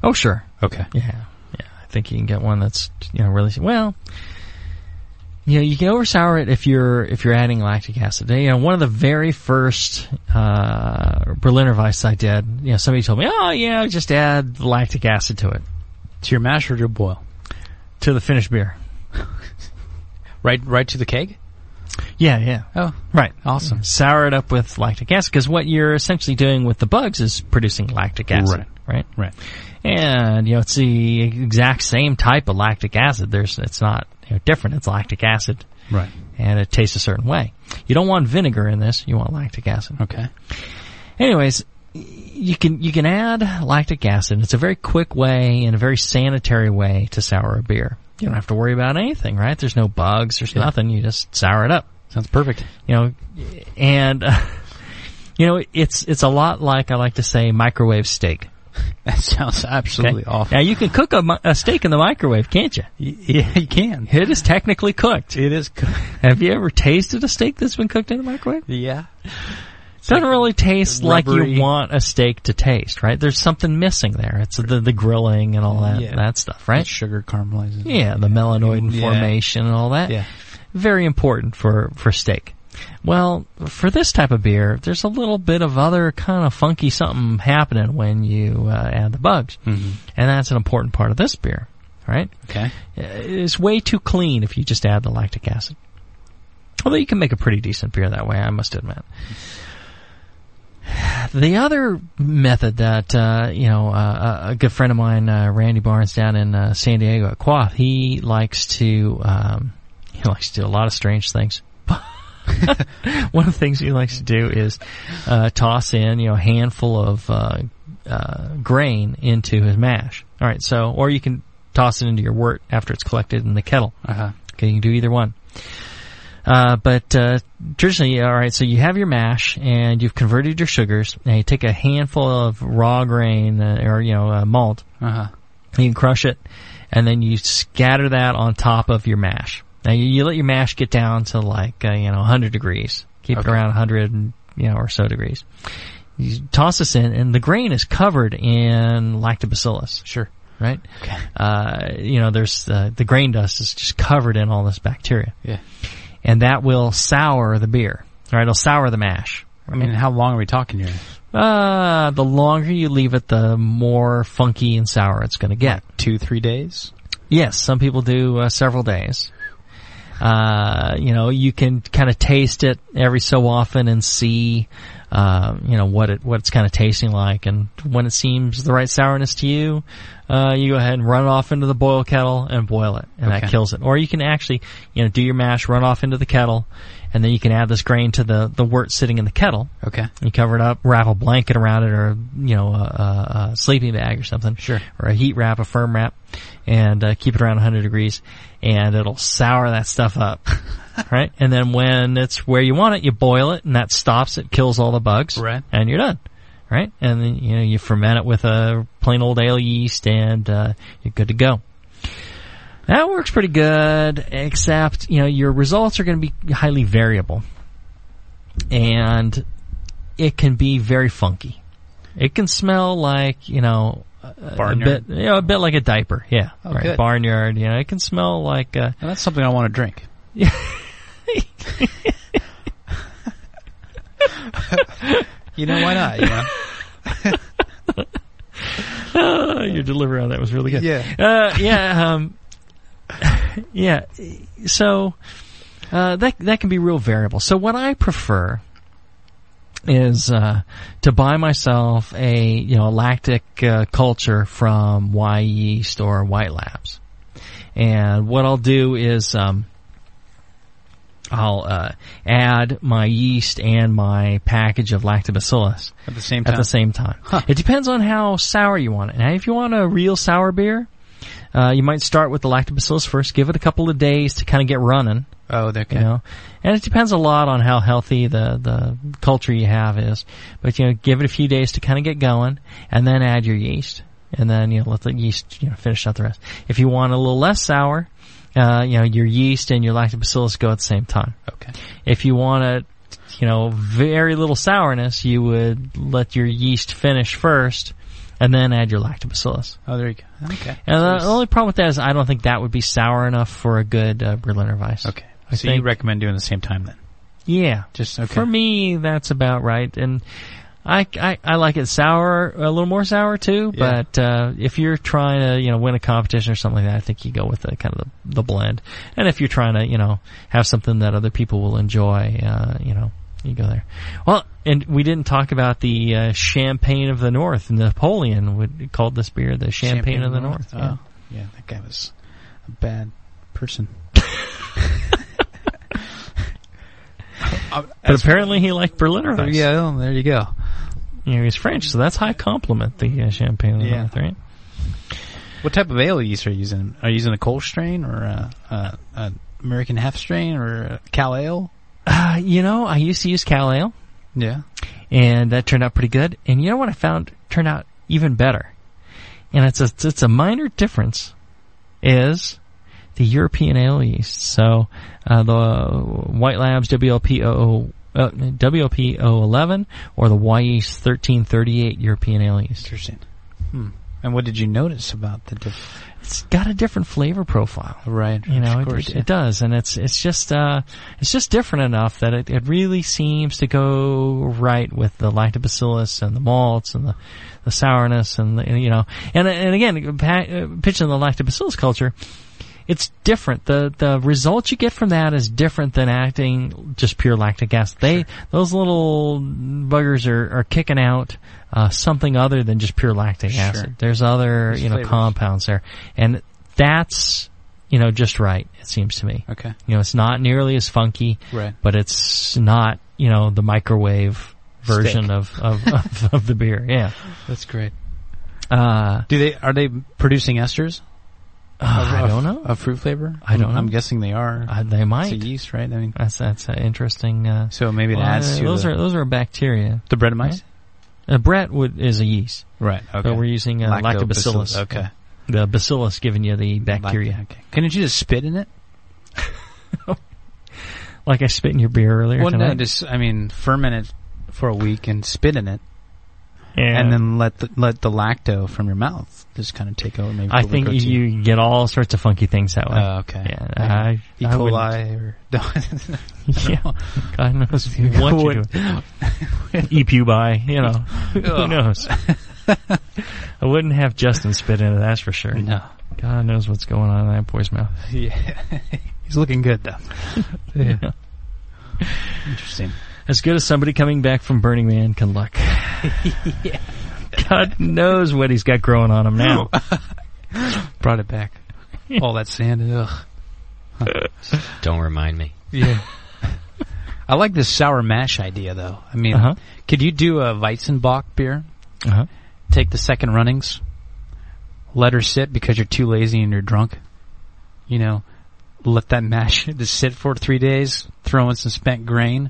Speaker 3: Oh, sure,
Speaker 4: Okay.
Speaker 3: yeah, yeah. I think you can get one that's you know really well. You know, you can over sour it if you're if you're adding lactic acid. You know, one of the very first uh, Berliner Weiss I did, you know, somebody told me, oh yeah, just add lactic acid to it
Speaker 4: To your mash or to your boil?
Speaker 3: to the finished beer.
Speaker 4: Right, right to the keg.
Speaker 3: Yeah, yeah.
Speaker 4: Oh,
Speaker 3: Right.
Speaker 4: Awesome.
Speaker 3: Sour it up with lactic acid because what you're essentially doing with the bugs is producing lactic acid, right?
Speaker 4: right.
Speaker 3: And you know it's the exact same type of lactic acid. There's it's not you know, different. It's lactic acid,
Speaker 4: Right.
Speaker 3: and it tastes a certain way. You don't want vinegar in this. You want lactic acid.
Speaker 4: Okay.
Speaker 3: Anyways, y- you can you can add lactic acid. It's a very quick way and a very sanitary way to sour a beer. You don't have to worry about anything, right? There's no bugs. There's nothing. You just sour it up
Speaker 4: Sounds perfect.
Speaker 3: you know, and uh, you know it's it's a lot like I like to say microwave steak.
Speaker 4: That sounds absolutely awful.
Speaker 3: Now you can cook a, mi- a steak in the microwave, can't you?
Speaker 4: Y- Yeah, you can.
Speaker 3: It is technically cooked.
Speaker 4: It is. Good.
Speaker 3: Have you ever tasted a steak that's been cooked in the microwave?
Speaker 4: yeah.
Speaker 3: Doesn't really taste like
Speaker 4: rubbery-
Speaker 3: you want a steak to taste, right? There's something missing there. It's the the grilling and all that
Speaker 4: Yeah.
Speaker 3: that stuff, right?
Speaker 4: Sugar caramelizes.
Speaker 3: Yeah, the melanoid
Speaker 4: Yeah.
Speaker 3: formation and all that.
Speaker 4: Yeah.
Speaker 3: very important for, for steak. Well, for this type of beer, there's a little bit of other kind of funky something happening when you uh, add the bugs. Mm-hmm. And that's an important part of this beer, right?
Speaker 4: Okay.
Speaker 3: Uh, It's way too clean if you just add the lactic acid. Although you can make a pretty decent beer that way, I must admit. The other method that uh, you know, uh, a good friend of mine, uh, Randy Barnes, down in uh, San Diego at Quath, he likes to um, he likes to do a lot of strange things. One of the things he likes to do is uh, toss in you know a handful of uh, uh, grain into his mash. All right, so or you can toss it into your wort after it's collected in the kettle.
Speaker 4: Uh huh.
Speaker 3: Okay, you can do either one. Uh, but uh, traditionally, all right. So you have your mash, and you've converted your sugars, and you take a handful of raw grain uh, or you know uh, malt,
Speaker 4: Uh huh.
Speaker 3: and you crush it, and then you scatter that on top of your mash. Now you, you let your mash get down to like uh, you know 100 degrees. Keep it around 100 and, you know or so degrees. You toss this in, and the grain is covered in lactobacillus
Speaker 4: Sure.
Speaker 3: right? Uh, you know, there's uh, the grain dust is just covered in all this bacteria,
Speaker 4: Yeah.
Speaker 3: and that will sour the beer. All right, it'll sour the mash.
Speaker 4: I mean, how long are we talking here?
Speaker 3: Uh, the longer you leave it, the more funky and sour it's going to get.
Speaker 4: Two, three days.
Speaker 3: Yes, some people do uh, several days. Uh, you know, you can kind of taste it every so often and see, um, uh, you know, what it, what it's kind of tasting like and when it seems the right sourness to you, Uh, you go ahead and run it off into the boil kettle and boil it, and
Speaker 4: Okay.
Speaker 3: that kills it. Or you can actually, you know, do your mash, run off into the kettle, and then you can add this grain to the the wort sitting in the kettle.
Speaker 4: Okay.
Speaker 3: You cover it up, wrap a blanket around it, or you know, a, a, a sleeping bag or something.
Speaker 4: Sure.
Speaker 3: Or a heat wrap, a firm wrap, and uh, keep it around 100 degrees, and it'll sour that stuff up. right. And then when it's where you want it, you boil it, and that stops it, kills all the bugs,
Speaker 4: Right.
Speaker 3: And you're done. Right. And then you know you ferment it with a plain old ale yeast, and uh, you're good to go. That works pretty good, except you know your results are going to be highly variable, and it can be very funky. It can smell like you know a- a
Speaker 4: Barnyard.
Speaker 3: bit, you know, a bit like a diaper. Yeah,
Speaker 4: Oh, good.
Speaker 3: barnyard. You know, it can smell like uh,
Speaker 4: And that's something I want to drink. you know why not? You know?
Speaker 3: oh, your delivery on that was really good.
Speaker 4: Yeah.
Speaker 3: uh, yeah, um, yeah. So uh, that that can be real variable. So what I prefer is uh, to buy myself a you know a lactic uh, culture from Y Yeast or White Labs, and what I'll do is. Um, I'll uh, add my yeast and my package of lactobacillus
Speaker 4: At the same
Speaker 3: at
Speaker 4: time.
Speaker 3: the same time. It depends on how sour you want it. Now, if you want a real sour beer, uh, you might start with the lactobacillus first. Give it a couple of days to kind of get running,
Speaker 4: oh, okay.
Speaker 3: you know. And it depends a lot on how healthy the the culture you have is. But you know, give it a few days to kind of get going, and then add your yeast, and then you know let the yeast you know finish out the rest. If you want a little less sour, uh, you know your yeast and your lactobacillus go at the same time
Speaker 4: Okay.
Speaker 3: if you want to, you know, very little sourness, you would let your yeast finish first and then add your lactobacillus.
Speaker 4: Oh, there you go. Okay.
Speaker 3: And uh,
Speaker 4: So
Speaker 3: the
Speaker 4: it's-
Speaker 3: only problem with that is I don't think that would be sour enough for a good uh, Berliner Weiss.
Speaker 4: okay.
Speaker 3: I
Speaker 4: so you
Speaker 3: think-
Speaker 4: recommend doing the same time then?
Speaker 3: Yeah.
Speaker 4: Just okay.
Speaker 3: For me, that's about right. And I, I, I like it sour, a little more sour too,
Speaker 4: Yeah.
Speaker 3: but, uh, if you're trying to, you know, win a competition or something like that, I think you go with the kind of the, the blend. And if you're trying to, you know, have something that other people will enjoy, uh, you know, you go there. Well, and we didn't talk about the, uh, Champagne of the North. Napoleon would, called this beer the Champagne, of the North. uh, yeah.
Speaker 4: Oh, yeah. That guy was a bad person.
Speaker 3: But apparently he liked Berliner Weiss.
Speaker 4: yeah. well, there you go.
Speaker 3: You know, he's French, so that's high compliment, the uh, Champagne of the
Speaker 4: Yeah.
Speaker 3: North, right?
Speaker 4: What type of ale yeast are you using? Are you using a cold strain or a, a, a American half strain or a Cal ale?
Speaker 3: Uh, you know, I used to use Cal Ale.
Speaker 4: Yeah.
Speaker 3: and that turned out pretty good. And you know what I found turned out even better, and it's a it's a minor difference, is the European ale yeast. So uh, the White Labs WLPO uh, WLPO11 or the Y E yeast 1338 European ale yeast.
Speaker 4: Interesting. Hmm. And what did you notice about the diff-
Speaker 3: It's got a different flavor profile.
Speaker 4: right?
Speaker 3: You know,
Speaker 4: of
Speaker 3: it,
Speaker 4: course,
Speaker 3: it,
Speaker 4: yeah.
Speaker 3: it does, and it's it's just uh, it's just different enough that it, it really seems to go right with the lactobacillus and the malts and the, the sourness and the, and, you know, and and again, pa- uh, pitching the lactobacillus culture, it's different. the The results you get from that is different than acting just pure lactic acid. They those little buggers are, are kicking out uh, something other than just pure lactic
Speaker 4: Sure.
Speaker 3: acid. There's other
Speaker 4: There's
Speaker 3: you know
Speaker 4: flavors.
Speaker 3: compounds there, and that's you know just right. It seems to me.
Speaker 4: Okay.
Speaker 3: You know, it's not nearly as funky,
Speaker 4: Right.
Speaker 3: but it's not you know the microwave version
Speaker 4: Steak.
Speaker 3: of of, of of the beer. Yeah.
Speaker 4: That's great.
Speaker 3: Uh,
Speaker 4: Do they are they producing esters?
Speaker 3: I don't know.
Speaker 4: A fruit flavor?
Speaker 3: I don't
Speaker 4: I'm- I'm
Speaker 3: know.
Speaker 4: guessing they are.
Speaker 3: Uh, they
Speaker 4: it's a
Speaker 3: might.
Speaker 4: yeast, right? I mean,
Speaker 3: That's that's an interesting. Uh,
Speaker 4: so maybe it adds to
Speaker 3: those
Speaker 4: the,
Speaker 3: are those are bacteria.
Speaker 4: the bread and mice.
Speaker 3: Uh, Brett would, is a yeast,
Speaker 4: Right. Okay.
Speaker 3: so we're using uh, lactobacillus.
Speaker 4: Okay.
Speaker 3: The bacillus giving you the bacteria.
Speaker 4: Lacti- Okay. Couldn't you just spit in it?
Speaker 3: Like I spit in your beer earlier
Speaker 4: Well, no,
Speaker 3: tonight.
Speaker 4: just I mean, ferment it for a week and spit in it,
Speaker 3: Yeah.
Speaker 4: and then let the, let the lacto from your mouth just kind of take over. Maybe
Speaker 3: I
Speaker 4: the
Speaker 3: think
Speaker 4: liquor too.
Speaker 3: you get all sorts of funky things that way.
Speaker 4: Oh, okay.
Speaker 3: yeah,
Speaker 4: Maybe
Speaker 3: I,
Speaker 4: E.
Speaker 3: I wouldn't-
Speaker 4: coli or no,
Speaker 3: Yeah, God knows
Speaker 4: I
Speaker 3: what you
Speaker 4: wouldn't-
Speaker 3: do. E pubi, you know, who
Speaker 4: Ugh.
Speaker 3: knows? I wouldn't have Justin spit into that's for sure.
Speaker 4: no.
Speaker 3: God knows what's going on in that boy's mouth.
Speaker 4: Yeah, he's looking good though. yeah. Interesting.
Speaker 3: As good as somebody coming back from Burning Man can look. God knows what he's got growing on him now.
Speaker 4: Brought it back. All that sand. Ugh.
Speaker 1: Don't remind me.
Speaker 4: Yeah. I like this sour mash idea, though. I mean,
Speaker 3: Uh-huh.
Speaker 4: could you do a Weizenbach beer?
Speaker 3: Uh-huh.
Speaker 4: Take the second runnings, let her sit because you're too lazy and you're drunk. You know, let that mash just sit for three days, throw in some spent grain,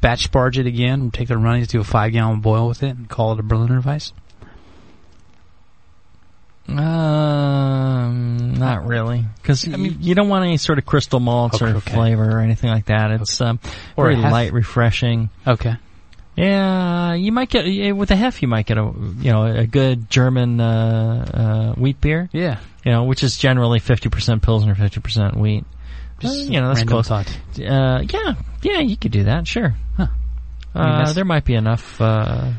Speaker 4: batch barge it again, take the runnings, do a five gallon boil with it, and call it a Berliner Weiss. Uh,
Speaker 3: Um, not really, because
Speaker 4: I mean-
Speaker 3: you don't want any sort of crystal malts
Speaker 4: Okay,
Speaker 3: or
Speaker 4: okay.
Speaker 3: flavor or anything like that. It's um,
Speaker 4: Or
Speaker 3: very
Speaker 4: a hef-
Speaker 3: light, refreshing.
Speaker 4: Okay.
Speaker 3: Yeah, you might get yeah, with a hef. You might get a you know a good German uh, uh, wheat beer.
Speaker 4: Yeah.
Speaker 3: You know, which is generally fifty percent pilsner, fifty percent wheat. Just, you know, that's
Speaker 4: random
Speaker 3: close.
Speaker 4: thought.
Speaker 3: Uh, yeah, yeah, you could do that. Sure.
Speaker 4: Huh. I mean,
Speaker 3: uh,
Speaker 4: that's-
Speaker 3: there might be enough uh,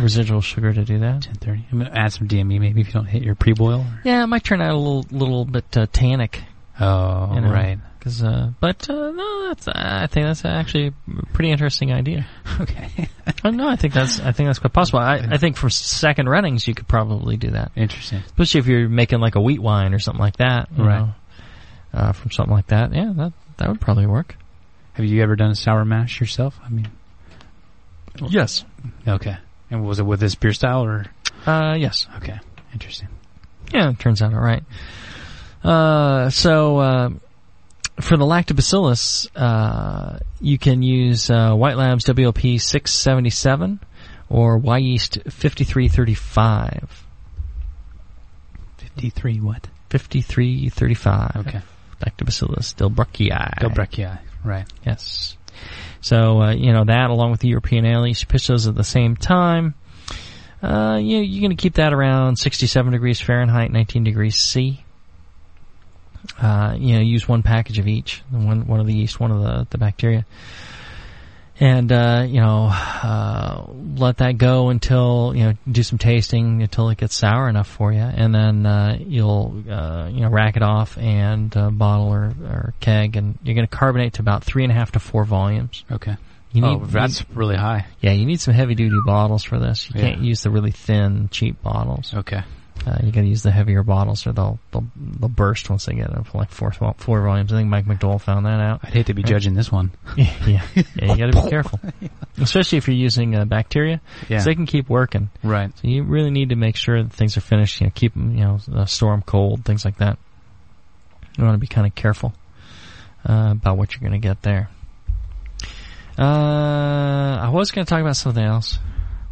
Speaker 3: residual sugar to do that.
Speaker 4: 10:30. I'm gonna add some DME maybe if you don't hit your pre-boil. Or,
Speaker 3: Yeah, it might turn out a little little bit uh, tannic.
Speaker 4: oh,
Speaker 3: You know.
Speaker 4: right.
Speaker 3: Cause, uh, but uh, no, that's, I think that's actually a pretty interesting idea.
Speaker 4: Okay.
Speaker 3: Oh, no, I think that's I think that's quite possible. I, I think for second runnings you could probably do that,
Speaker 4: Interesting.
Speaker 3: especially if you're making like a wheat wine or something like that, you
Speaker 4: Right.
Speaker 3: know, uh, from something like that. Yeah, that that would probably work.
Speaker 4: Have you ever done a sour mash yourself? I mean,
Speaker 3: Yes.
Speaker 4: okay. And was it with this beer style or
Speaker 3: Uh, yes.
Speaker 4: okay? Interesting.
Speaker 3: Yeah, it turns out all right. Uh, so uh, for the lactobacillus, uh, you can use uh, White Labs WLP six seventy seven or Y Yeast fifty three thirty five.
Speaker 4: Fifty-three. What?
Speaker 3: 5335.
Speaker 4: Okay.
Speaker 3: Lactobacillus dilbrachii.
Speaker 4: Dobrachia. Right.
Speaker 3: Yes. So, uh, you know, that along with the European ale, you should pitch those at the same time. Uh, you, you're going to keep that around 67 degrees Fahrenheit, 19 degrees C. Uh, you know, use one package of each, one, one of the yeast, one of the, the bacteria. And, uh, you know, uh, let that go until, you know, do some tasting until it gets sour enough for you. And then, uh, you'll, uh, you know, rack it off and uh, bottle or, or keg and you're going to carbonate to about three and a half to four volumes.
Speaker 4: Okay.
Speaker 3: You
Speaker 4: oh, that's really high.
Speaker 3: yeah, you need some heavy duty bottles for this. You
Speaker 4: Yeah.
Speaker 3: can't use the really thin, cheap bottles.
Speaker 4: Okay.
Speaker 3: Uh, you got to use the heavier bottles, or they'll they'll, they'll burst once they get up to like four vol- four volumes. I think Mike McDowell found that out.
Speaker 4: I'd hate to be judging this one.
Speaker 3: yeah, yeah, you got to be careful, especially if you're using uh, bacteria. 'cause
Speaker 4: Yeah.
Speaker 3: they can keep working.
Speaker 4: Right.
Speaker 3: So you really need to make sure that things are finished. You know, keep them, you know, uh, store 'em cold, things like that. You want to be kind of careful uh, about what you're going to get there. Uh, I was going to talk about something else.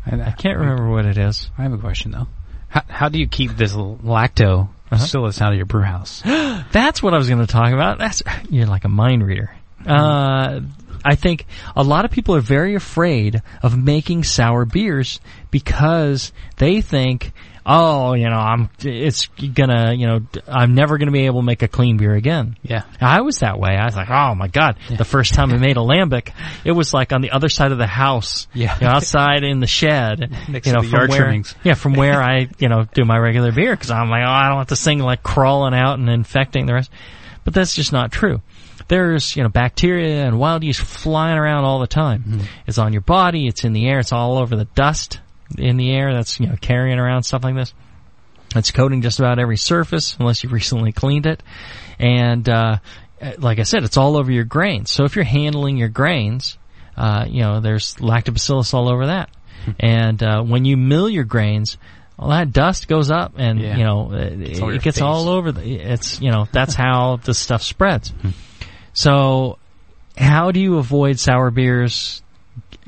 Speaker 4: I,
Speaker 3: I can't remember what it is.
Speaker 4: I have a question though. How, how do you keep this l- lacto bacillus out of your brew house?
Speaker 3: That's what I was going to talk about. That's you're like a mind reader. Uh, I think a lot of people are very afraid of making sour beers because they think, oh, you know, I'm it's gonna, you know, I'm never gonna be able to make a clean beer again.
Speaker 4: yeah.
Speaker 3: I was that way. I was like, oh my god! The first time I made a lambic, it was like on the other side of the house,
Speaker 4: Yeah.
Speaker 3: you know, outside in the shed,
Speaker 4: Next
Speaker 3: you
Speaker 4: to
Speaker 3: know,
Speaker 4: the yard
Speaker 3: where,
Speaker 4: trimmings.
Speaker 3: yeah, from where I, you know, do my regular beer because I'm like, oh, I don't want this thing like crawling out and infecting the rest. But that's just not true. There's, you know, bacteria and wild yeast flying around all the time.
Speaker 4: Mm-hmm.
Speaker 3: It's on your body. It's in the air. It's all over the dust in the air. That's, you know, carrying around stuff like this. It's coating just about every surface unless you've recently cleaned it. And, uh, eh, like I said, it's all over your grains. So if you're handling your grains, uh, you know, there's lactobacillus all over that.
Speaker 4: Hmm.
Speaker 3: and, uh, when you mill your grains, all that dust goes up and,
Speaker 4: Yeah.
Speaker 3: you know, it,
Speaker 4: all
Speaker 3: it
Speaker 4: your
Speaker 3: gets
Speaker 4: face.
Speaker 3: all over the, it's, you know, that's how this stuff spreads.
Speaker 4: Hmm.
Speaker 3: so how do you avoid sour beers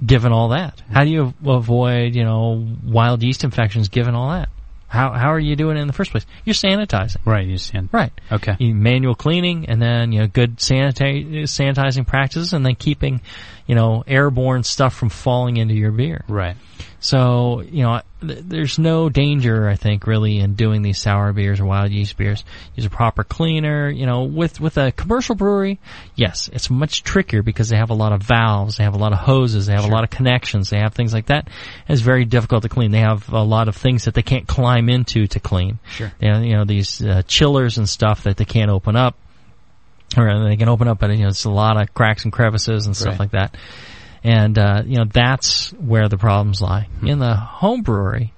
Speaker 3: given all that? How do you avoid, you know, wild yeast infections given all that? How, how are you doing it in the first place? You're sanitizing.
Speaker 4: Right. You stand.
Speaker 3: Right.
Speaker 4: Okay.
Speaker 3: You manual cleaning and then, you know, good sanita- sanitizing practices and then keeping, you know, airborne stuff from falling into your beer.
Speaker 4: Right.
Speaker 3: So, you know, th- there's no danger, I think, really, in doing these sour beers or wild yeast beers. Use a proper cleaner. You know, with, with a commercial brewery, yes, it's much trickier because they have a lot of valves, they have a lot of hoses, they have a lot of connections, they have things like that. It's very difficult to clean. They have a lot of things that they can't climb into to clean. Sure. They have, you know, these uh, chillers and stuff that they can't open up. Or they can open up, but you know, it's a lot of cracks and crevices and stuff
Speaker 4: Right.
Speaker 3: like that
Speaker 4: Hmm.
Speaker 3: and uh, you know that's where the problems lie in the home brewery.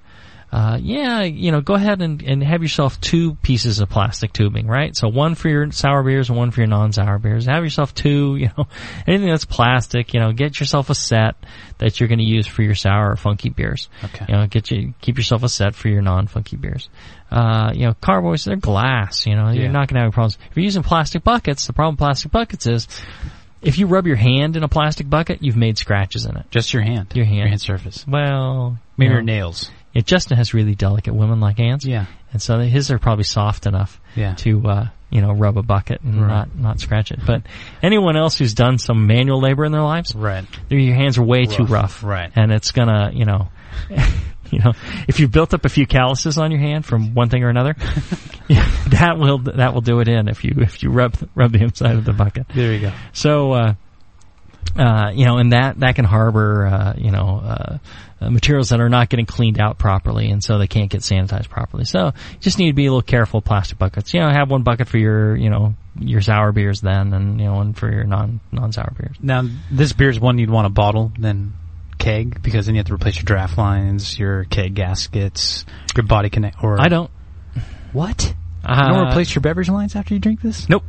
Speaker 3: uh, yeah, you know, go ahead and, and have yourself two pieces of plastic tubing, right? So one for your sour beers and one for your non-sour beers. Have yourself two, you know, anything that's plastic, you know, get yourself a set that you're going to use for your sour or funky beers.
Speaker 4: Okay.
Speaker 3: You know, get you, keep yourself a set for your non-funky beers. Uh, you know, carboys, they're glass, you know,
Speaker 4: Yeah.
Speaker 3: you're not going to have any problems. If you're using plastic buckets, the problem with plastic buckets is if you rub your hand in a plastic bucket, you've made scratches in it.
Speaker 4: Just your hand.
Speaker 3: Your hand.
Speaker 4: Your hand surface.
Speaker 3: Well,
Speaker 4: Maybe
Speaker 3: you
Speaker 4: your
Speaker 3: know,
Speaker 4: nails.
Speaker 3: yeah, Justin has really delicate women like hands.
Speaker 4: Yeah.
Speaker 3: And so his are probably soft enough
Speaker 4: Yeah.
Speaker 3: to, uh, you know, rub a bucket and
Speaker 4: Right.
Speaker 3: not, not scratch it. But anyone else who's done some manual labor in their lives,
Speaker 4: Right.
Speaker 3: their- your hands are way too rough.
Speaker 4: Rough. Right.
Speaker 3: And it's gonna, you know, you know, if you've built up a few calluses on your hand from one thing or another, that will, that will do it in if you, if you rub, rub the inside of the bucket.
Speaker 4: There you go.
Speaker 3: So, uh, uh, you know, and that, that can harbor, uh, you know, uh, uh, materials that are not getting cleaned out properly and so they can't get sanitized properly. So you just need to be a little careful with plastic buckets. You know, have one bucket for your, you know, your sour beers then and, you know, one for your non, non-sour beers.
Speaker 4: Now, this beer's one you'd want a bottle, then keg, because then you have to replace your draft lines, your keg gaskets, your body connect. Or
Speaker 3: I don't,
Speaker 4: What?
Speaker 3: uh,
Speaker 4: you don't replace your beverage lines after you drink this?
Speaker 3: Nope.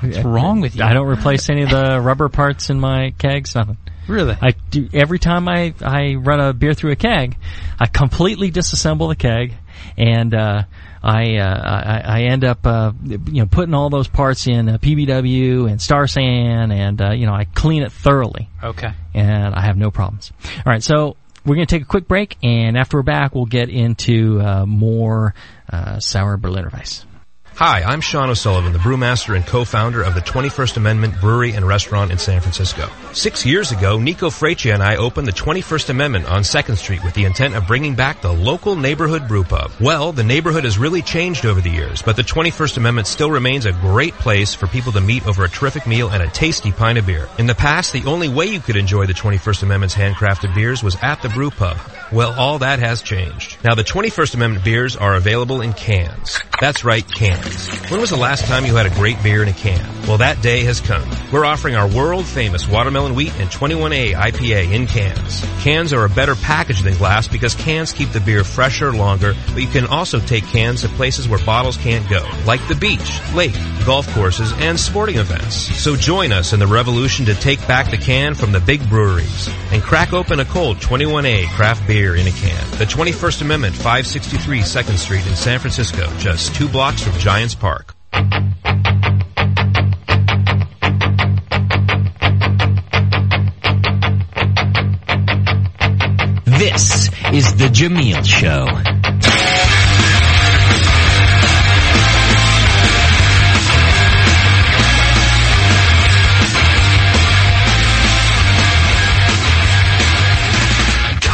Speaker 4: What's wrong with you?
Speaker 3: I don't replace any of the rubber parts in my kegs, nothing.
Speaker 4: really.
Speaker 3: I do every time I, I run a beer through a keg, I completely disassemble the keg, and uh, I, uh, I I end up uh, you know putting all those parts in uh, PBW and Star San, and uh, you know I clean it thoroughly,
Speaker 4: okay.
Speaker 3: and I have no problems. All right, so we're going to take a quick break, and after we're back, we'll get into uh, more uh, sour Berliner Weiss.
Speaker 9: Hi, I'm Sean O'Sullivan, the brewmaster and co-founder of the 21st Amendment Brewery and Restaurant in San Francisco. Six years ago, Nico Freccia and I opened the 21st Amendment on 2nd Street with the intent of bringing back the local neighborhood brew pub. Well, the neighborhood has really changed over the years, but the 21st Amendment still remains a great place for people to meet over a terrific meal and a tasty pint of beer. In the past, the only way you could enjoy the 21st Amendment's handcrafted beers was at the brew pub. Well, all that has changed. Now, the 21st Amendment beers are available in cans. That's right, cans. When was the last time you had a great beer in a can? Well, that day has come. We're offering our world famous watermelon wheat and 21A IPA in cans. Cans are a better package than glass because cans keep the beer fresher longer, but you can also take cans to places where bottles can't go, like the beach, lake, golf courses, and sporting events. So join us in the revolution to take back the can from the big breweries and crack open a cold 21A craft beer in a can. The 21st Amendment, 563 2nd Street in San Francisco, just two blocks from Giants Park.
Speaker 8: This is the Jameel Show.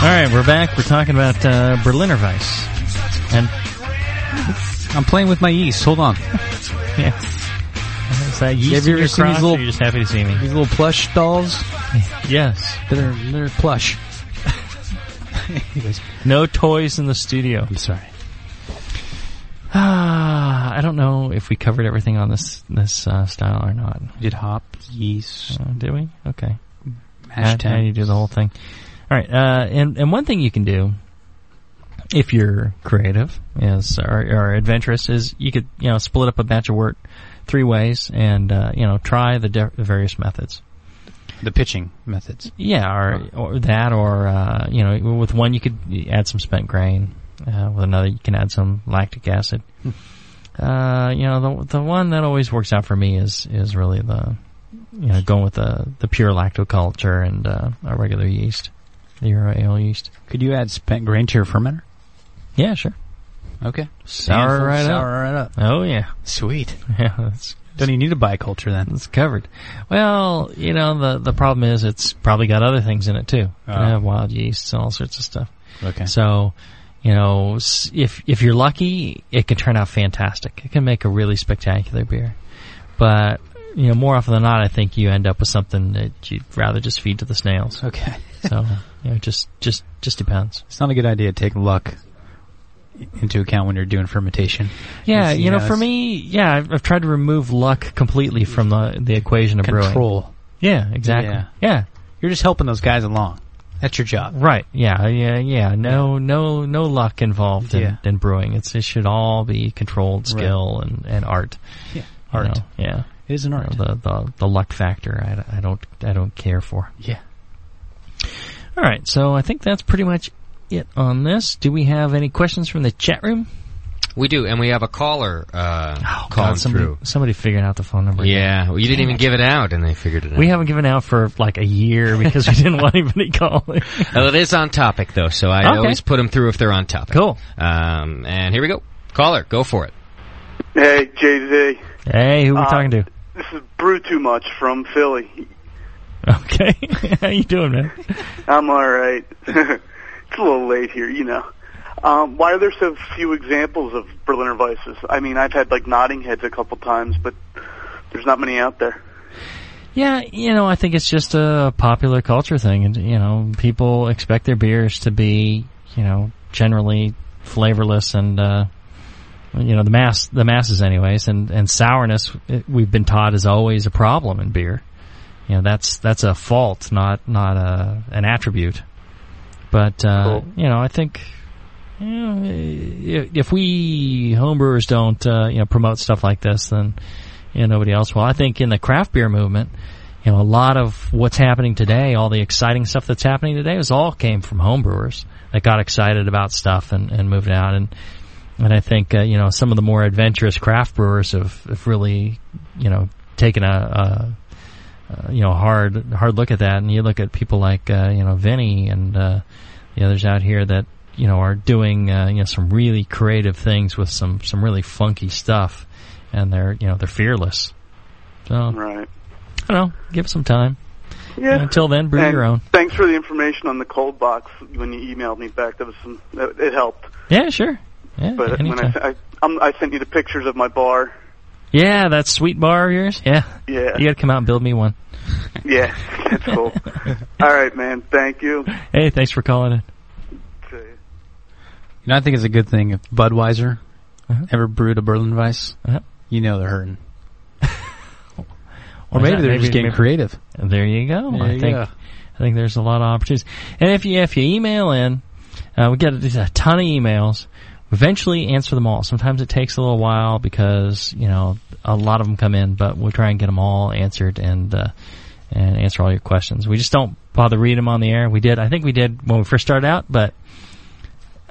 Speaker 3: All right, we're back. We're talking about uh, Berliner Weiss, and
Speaker 4: I'm playing with my yeast. Hold on.
Speaker 3: yeah. Is that yeast
Speaker 4: Have you
Speaker 3: in your
Speaker 4: ever seen these
Speaker 3: crotch,
Speaker 4: little-
Speaker 3: or you're just happy to see me?
Speaker 4: These little plush dolls.
Speaker 3: Yes.
Speaker 4: They're they're plush. Anyways,
Speaker 3: No toys in the studio.
Speaker 4: I'm sorry.
Speaker 3: Ah, I don't know if we covered everything on this this uh, style or not.
Speaker 4: We did hop yeast
Speaker 3: Uh, did we? Okay. Now-
Speaker 4: hashtag.
Speaker 3: Now you do the whole thing. All right. Uh, and and one thing you can do if you're creative is or, or adventurous is you could you know split up a batch of work three ways and uh, you know try the de- various methods.
Speaker 4: the pitching methods.
Speaker 3: Yeah, or, or that, or uh, you know, with one you could add some spent grain. Uh, with another, you can add some lactic acid. Uh, you know, the the one that always works out for me is is really the you know going with the the pure lactoculture and uh, a regular yeast, the Euro ale yeast.
Speaker 4: Could you add spent grain to your fermenter?
Speaker 3: Yeah, sure.
Speaker 4: Okay.
Speaker 3: Sour right up.
Speaker 4: sour right up.
Speaker 3: Oh yeah,
Speaker 4: Sweet.
Speaker 3: yeah. That's
Speaker 4: Don't you need a biculture then?
Speaker 3: It's covered. Well, you know, the the problem is it's probably got other things in it too. You
Speaker 4: Oh.
Speaker 3: have wild yeasts and all sorts of stuff.
Speaker 4: Okay.
Speaker 3: So, you know, s- if if you're lucky, it can turn out fantastic. It can make a really spectacular beer. But you know, more often than not, I think you end up with something that you'd rather just feed to the snails.
Speaker 4: Okay.
Speaker 3: So, you know, just just just depends.
Speaker 4: It's not a good idea to take luck into account when you're doing fermentation.
Speaker 3: Yeah,
Speaker 4: It's,
Speaker 3: you know, for
Speaker 4: it's
Speaker 3: me, yeah, I've, I've tried to remove luck completely from the the equation of brewing.
Speaker 4: control.
Speaker 3: Yeah, exactly.
Speaker 4: Yeah.
Speaker 3: yeah.
Speaker 4: You're just helping those guys along. That's your job.
Speaker 3: Right. Yeah. Yeah. Yeah. No. No. No luck involved in,
Speaker 4: Yeah.
Speaker 3: in brewing. It's it should all be controlled
Speaker 4: Right.
Speaker 3: skill and, and art.
Speaker 4: Yeah.
Speaker 3: you
Speaker 4: Art.
Speaker 3: know? yeah.
Speaker 4: It is an art.
Speaker 3: You know, the, the the luck factor. I, d- I don't I don't care for.
Speaker 4: Yeah.
Speaker 3: All right. So I think that's pretty much it on this. Do we have any questions from the chat room?
Speaker 1: We do, and we have a caller uh, calling
Speaker 3: Oh, God, somebody,
Speaker 1: through.
Speaker 3: somebody figured out the phone number.
Speaker 1: Yeah, well, you didn't even give it out, and they figured it out.
Speaker 3: We haven't given out for like a year because we didn't want anybody calling.
Speaker 1: Well, it is on topic though, so I
Speaker 3: Okay.
Speaker 1: always put them through if they're on topic.
Speaker 3: Cool.
Speaker 1: Um, and here we go. Caller, go for it.
Speaker 10: Hey, JZ.
Speaker 3: Hey, who are we
Speaker 10: Uh,
Speaker 3: talking to?
Speaker 10: This is Brew Too Much from Philly.
Speaker 3: Okay. How you doing, man?
Speaker 10: I'm all right. it's a little late here, you know. Um, why are there so few examples of Berliner Weisses? I mean, I've had like nodding heads a couple times, but there's not many out there.
Speaker 3: Yeah, you know, I think it's just a popular culture thing, and you know, people expect their beers to be, you know, generally flavorless and, uh, you know, the mass, the masses, anyways, and and sourness it- we've been taught is always a problem in beer. You know, that's that's a fault, not not a an attribute. But uh, you know, I think you know, i- if we homebrewers don't uh, you know promote stuff like this, then you know nobody else will. I think in the craft beer movement, you know, a lot of what's happening today, all the exciting stuff that's happening today, is all came from homebrewers that got excited about stuff and and moved out and. And I think uh, you know some of the more adventurous craft brewers have, have really, you know, taken a, a, a you know hard hard look at that. And you look at people like uh, you know Vinny and uh, the others out here that you know are doing uh, you know some really creative things with some some really funky stuff, and they're you know they're fearless. So
Speaker 10: Right.
Speaker 3: I don't know. Give it some time.
Speaker 10: Yeah.
Speaker 3: And until then, brew
Speaker 10: And
Speaker 3: your own.
Speaker 10: Thanks for the information on the cold box when you emailed me back. That was some. That, it helped.
Speaker 3: Yeah, sure. Yeah,
Speaker 10: But when
Speaker 3: anytime.
Speaker 10: I, I, I'm, I sent you the pictures of my bar.
Speaker 3: yeah, that sweet bar of yours. Yeah,
Speaker 10: Yeah.
Speaker 3: You got to come out and build me one.
Speaker 10: Yeah, that's cool. all right, man. Thank you.
Speaker 3: Hey, thanks for calling in.
Speaker 4: You know, I think it's a good thing if Budweiser ever brewed a Berlin Weiss,
Speaker 3: Uh-huh.
Speaker 4: you know they're hurting. or
Speaker 3: Why
Speaker 4: maybe
Speaker 3: not?
Speaker 4: they're
Speaker 3: Maybe-
Speaker 4: just getting
Speaker 3: maybe-
Speaker 4: creative.
Speaker 3: And There you go.
Speaker 4: There
Speaker 3: I
Speaker 4: you
Speaker 3: think
Speaker 4: go.
Speaker 3: I think there's a lot of opportunities. And if you if you email in, uh, we get a ton of emails. We Eventually answer them all. Sometimes it takes a little while because you know a lot of them come in, but we'll try and get them all answered and uh, and answer all your questions. We just don't bother read them on the air. We did, I think we did when we first started out, but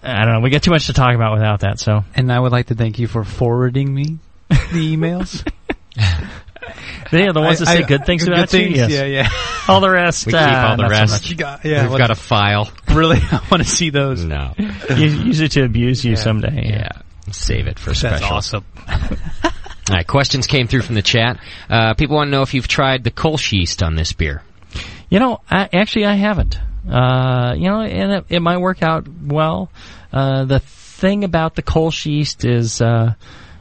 Speaker 3: I don't know. We got too much to talk about without that. So
Speaker 4: And I would like to thank you for forwarding me the emails.
Speaker 3: they are the ones that
Speaker 4: I-
Speaker 3: say
Speaker 4: I-
Speaker 3: good things
Speaker 4: good
Speaker 3: about
Speaker 4: things,
Speaker 3: you. Yes.
Speaker 4: Yeah, yeah.
Speaker 3: All the rest,
Speaker 1: We keep
Speaker 3: uh,
Speaker 1: all the
Speaker 3: not so
Speaker 1: rest.
Speaker 3: much.
Speaker 4: Got- yeah,
Speaker 1: We've got a file.
Speaker 4: really. I want to see those.
Speaker 1: No.
Speaker 3: Use, use it to abuse you someday.
Speaker 1: Yeah. Save it for
Speaker 4: That's
Speaker 1: special.
Speaker 4: awesome.
Speaker 1: All right, questions came through from the chat. Uh, people want to know if you've tried the Kolsch yeast on this beer.
Speaker 3: You know, I, actually, I haven't. Uh, you know, and it, it might work out well. Uh, the thing about the Kolsch yeast is, uh,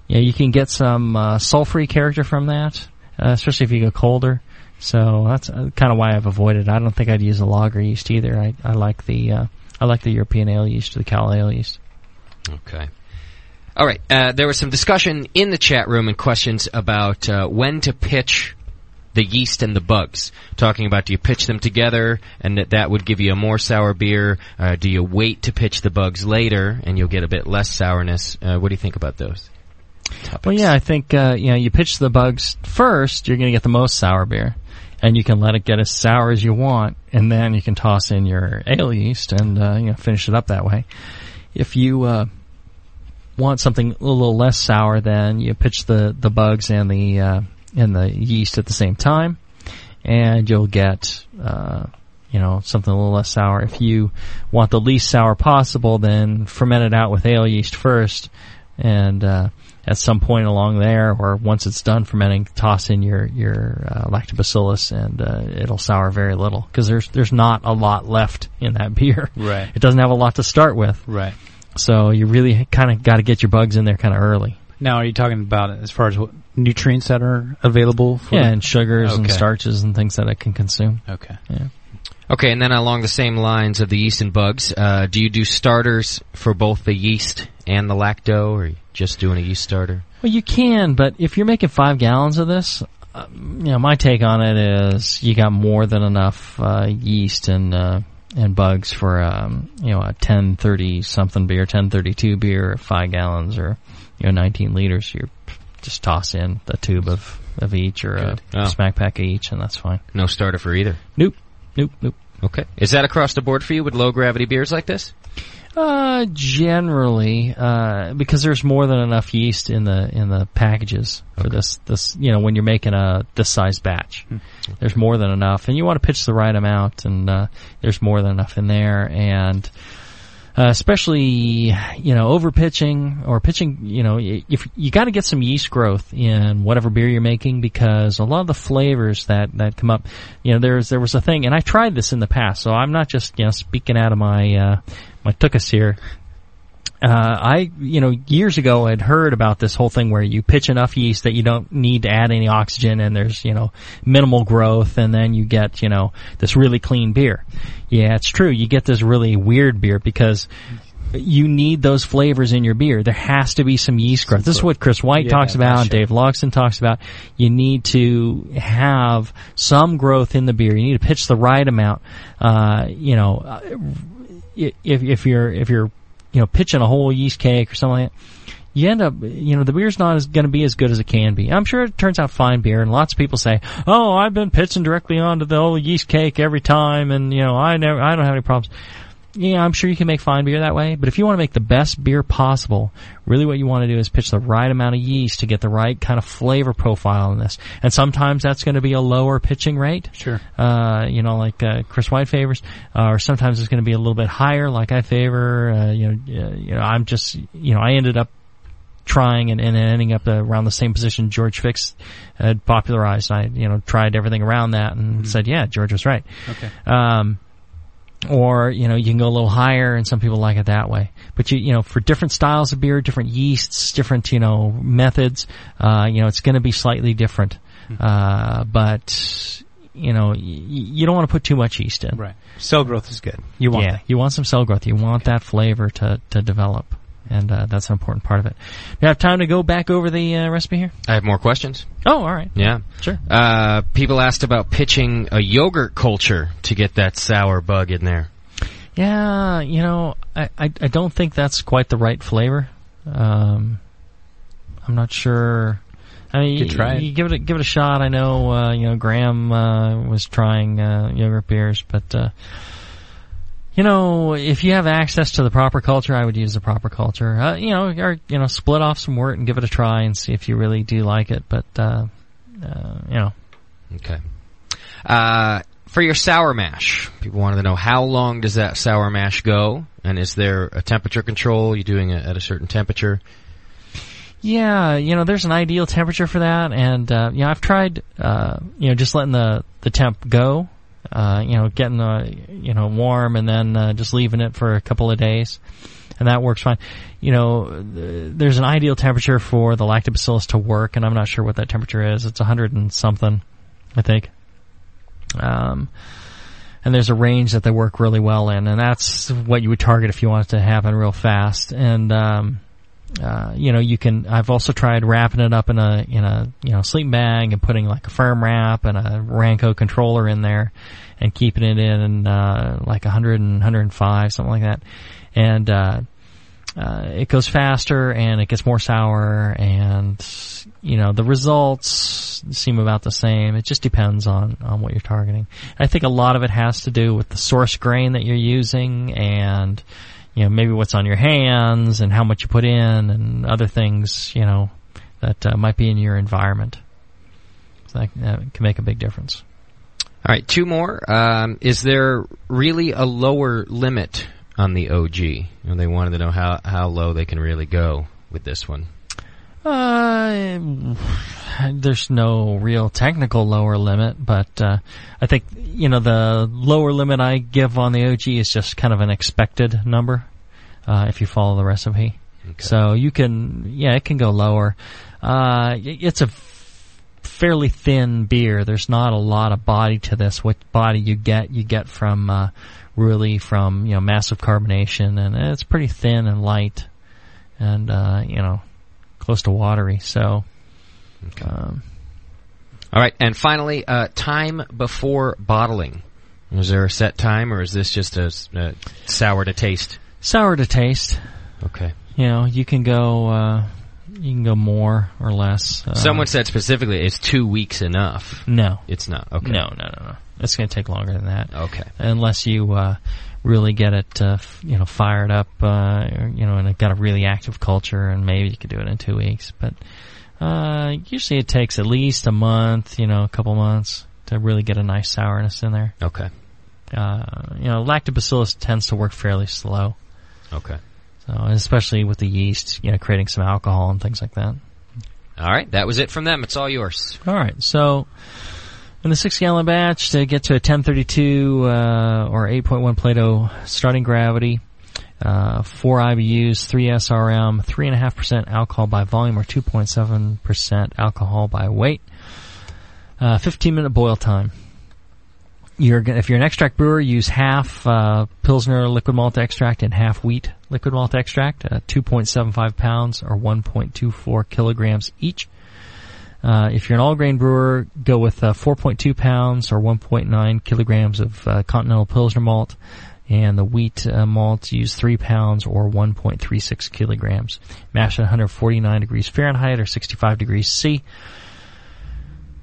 Speaker 3: you, know, you can get some uh, sulfury character from that, uh, especially if you go colder. So that's uh, kind of why I've avoided. it. I don't think I'd use a lager yeast either. I, I like the uh, I like the European ale yeast, the Cal ale yeast.
Speaker 1: Okay. All right. Uh, there was some discussion in the chat room and questions about uh, when to pitch the yeast and the bugs. Talking about do you pitch them together and that that would give you a more sour beer? Uh, do you wait to pitch the bugs later and you'll get a bit less sourness? Uh, what do you think about those?
Speaker 3: Well, yeah, I think uh, you know you pitch the bugs first, you're going to get the most sour beer, and you can let it get as sour as you want, and then you can toss in your ale yeast and uh, you know finish it up that way. If you uh, want something a little less sour, then you pitch the the bugs and the uh, and the yeast at the same time, and you'll get uh, you know something a little less sour. If you want the least sour possible, then ferment it out with ale yeast first, and uh, at some point along there, or once it's done fermenting, toss in your your uh, lactobacillus, and uh, it'll sour very little because there's there's not a lot left in that beer.
Speaker 4: Right.
Speaker 3: It doesn't have a lot to start with,
Speaker 4: Right.
Speaker 3: so you really kind of got to get your bugs in there kind of early.
Speaker 4: Now, are you talking about as far as what nutrients that are available? For
Speaker 3: Yeah, and sugars and
Speaker 4: Okay.
Speaker 3: starches and things that it can consume.
Speaker 4: The, okay.
Speaker 1: Okay, and then along the same lines of the yeast and bugs, uh, do you do starters for both the yeast and the lacto, or are you just doing a yeast starter?
Speaker 3: Well, you can, but if you're making five gallons of this, um, you know, my take on it is you got more than enough uh, yeast and uh, and bugs for um, you know a ten thirty something beer, ten thirty two beer, five gallons or you know nineteen liters. You just toss in the tube of of each or
Speaker 1: Good.
Speaker 3: a
Speaker 1: Oh.
Speaker 3: smack pack of each, and that's fine.
Speaker 1: No starter for either.
Speaker 3: Nope, nope, nope.
Speaker 1: Okay. Is that across the board for you with low gravity beers like this?
Speaker 3: Uh, generally, uh, because there's more than enough yeast in the in the packages for this this you know when you're making a this size batch, there's more than enough, and you want to pitch the right amount, and uh, there's more than enough in there, and uh, especially you know over pitching or pitching you know y- if you got to get some yeast growth in whatever beer you're making because a lot of the flavors that that come up you know there's there was a thing and I tried this in the past so I'm not just you know speaking out of my uh, my tuchus here uh, I, you know, years ago had heard about this whole thing where you pitch enough yeast that you don't need to add any oxygen and there's, you know, minimal growth and then you get, you know, this really clean beer. Yeah, it's true. You get this really weird beer because you need those flavors in your beer. There has to be some yeast growth. This is what Chris White
Speaker 11: Yeah,
Speaker 3: talks
Speaker 11: that's
Speaker 3: about and
Speaker 11: true.
Speaker 3: Dave Loxton talks about. You need to have some growth in the beer. You need to pitch the right amount. Uh, you know, uh, i- if if you're if you're you know pitching a whole yeast cake or something like that, you end up you know the beer's not as going to be as good as it can be. I'm sure it turns out fine beer, and lots of people say, "Oh, I've been pitching directly onto the whole yeast cake every time, and you know I never I don't have any problems." Yeah, I'm sure you can make fine beer that way, but if you want to make the best beer possible, really what you want to do is pitch the right amount of yeast to get the right kind of flavor profile in this. And sometimes that's going to be a lower pitching rate.
Speaker 4: Sure.
Speaker 3: Uh, you know, like uh, Chris White favors, uh, or sometimes it's going to be a little bit higher, like I favor. Uh, you know, uh, you know, I'm just, you know, I ended up trying and, and ending up around the same position George Fix had popularized. I, you know, tried everything around that and said, yeah, George was right.
Speaker 4: Mm-hmm. Okay.
Speaker 3: Um, or you know you can go a little higher and some people like it that way but you you know for different styles of beer different yeasts different you know methods uh you know it's going to be slightly different
Speaker 4: Hmm.
Speaker 3: uh but you know y- y- you don't want to put too much yeast in
Speaker 4: Right. Cell growth is good. You want
Speaker 3: yeah,
Speaker 4: that.
Speaker 3: you want some cell growth. You want that flavor to, to develop, and uh, that's an important part of it. Do you have time to go back over the uh, recipe here?
Speaker 1: I have more questions.
Speaker 3: Oh, all right.
Speaker 1: Yeah.
Speaker 3: Sure.
Speaker 1: Uh, people asked about pitching a yogurt culture to get that sour bug in there.
Speaker 3: Yeah, you know, I, I, I don't think that's quite the right flavor. Um, I'm not sure. I mean,
Speaker 4: Could try
Speaker 3: you,
Speaker 4: it.
Speaker 3: you give it a, give it a shot. I know, uh, you know, Graham uh, was trying uh, yogurt beers, but uh, you know, if you have access to the proper culture, I would use the proper culture. Uh, you know, or you know, split off some wort and give it a try and see if you really do like it. But uh, uh, you know,
Speaker 1: Okay. Uh, for your sour mash, people wanted to know how long does that sour mash go, and is there a temperature control? You doing it at a certain temperature?
Speaker 3: Yeah, you know, there's an ideal temperature for that, and uh, you know, I've tried, uh, you know, just letting the the temp go, uh, you know, getting the you know warm, and then uh, just leaving it for a couple of days, and that works fine. You know, th- there's an ideal temperature for the lactobacillus to work, and I'm not sure what that temperature is. It's 100 and something, I think. Um, and there's a range that they work really well in, and that's what you would target if you want it to happen real fast. And um, uh, you know, you can. I've also tried wrapping it up in a in a you know sleeping bag and putting like a firm wrap and a Ranco controller in there, and keeping it in uh, like 100 and 105 something like that, and uh, uh, it goes faster and it gets more sour and you know the results seem about the same it just depends on on what you're targeting i think a lot of it has to do with the source grain that you're using and you know maybe what's on your hands and how much you put in and other things you know that uh, might be in your environment so that, that can make a big difference
Speaker 1: All right, two more. Um, is there really a lower limit on the OG? And they wanted to know how how low they can really go with this one.
Speaker 3: Uh, there's no real technical lower limit, but uh, I think you know the lower limit I give on the OG is just kind of an expected number uh, if you follow the recipe. So you can, yeah, it can go lower. Uh, y- it's a f- fairly thin beer. There's not a lot of body to this. What body you get, you get from uh, really from you know massive carbonation, and it's pretty thin and light, and uh, you know close to watery. So, um,
Speaker 1: All right, and finally, uh, time before bottling. Was there a set time, or is this just a, s- a sour to taste?
Speaker 3: Sour to taste.
Speaker 1: Okay.
Speaker 3: You know, you can go. Uh, you can go more or less. Uh,
Speaker 1: Someone said specifically, "Is two weeks enough?"
Speaker 3: No.
Speaker 1: it's not. Okay.
Speaker 3: No, no, no, no. It's going to take longer than that.
Speaker 1: Okay.
Speaker 3: Unless you uh, really get it, uh, f- you know, fired up, uh, you know, and it got a really active culture, and maybe you could do it in two weeks. But uh, usually it takes at least a month, you know, a couple months to really get a nice sourness in there.
Speaker 1: Okay.
Speaker 3: Uh, you know, lactobacillus tends to work fairly slow.
Speaker 1: Okay.
Speaker 3: So, and especially with the yeast, you know, creating some alcohol and things like that.
Speaker 1: All right, that was it from them. It's all yours.
Speaker 3: All right. So in the six gallon batch to get to a 1032 uh, or 8.1 Plato starting gravity, uh, four IBUs, three SRM, three and a half percent alcohol by volume or 2.7 percent alcohol by weight. Uh, 15 minute boil time. You're gonna, if you're an extract brewer, use half uh, Pilsner liquid malt extract and half wheat liquid malt extract, uh, 2.75 pounds or 1.24 kilograms each. Uh, if you're an all grain brewer, go with uh, 4.2 pounds or 1.9 kilograms of uh, continental Pilsner malt, and the wheat uh, malt use 3 pounds or 1.36 kilograms. Mash at 149 degrees Fahrenheit or 65 degrees C.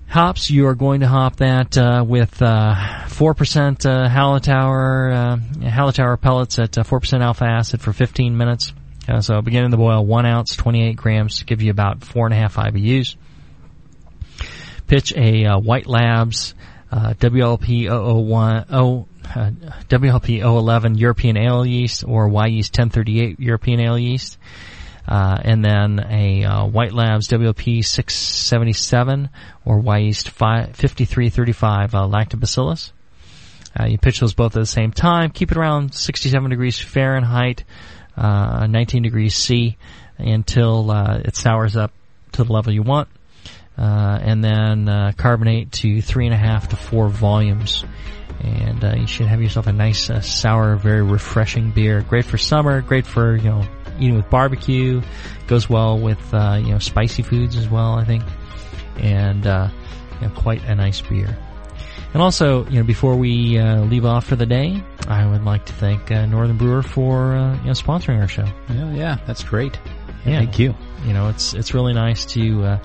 Speaker 3: Hops, you are going to hop that uh, with uh, 4% uh, Halitower, uh, Halitower pellets at uh, 4% alpha acid for 15 minutes. Uh, so beginning to boil 1 ounce, 28 grams to give you about 4.5 IBUs pitch a uh, White Labs uh, WLP 001 oh, uh, WLP 011 European ale yeast or Y yeast 1038 European ale yeast. Uh, and then a uh, White Labs WLP 677 or Y yeast fi- 5335 uh, lactobacillus. Uh, you pitch those both at the same time. Keep it around 67 degrees Fahrenheit, uh, 19 degrees C, until uh, it sours up to the level you want. Uh, and then uh, carbonate to three and a half to four volumes. And uh, you should have yourself a nice, uh, sour, very refreshing beer. Great for summer. Great for you know eating with barbecue. Goes well with uh, you know spicy foods as well. I think, and uh, you know, quite a nice beer. And also, you know, before we uh, leave off for the day, I would like to thank uh, Northern Brewer for uh, you know sponsoring our show.
Speaker 4: Yeah, yeah, that's great.
Speaker 3: Yeah.
Speaker 4: Thank you.
Speaker 3: You know, it's it's really nice to uh,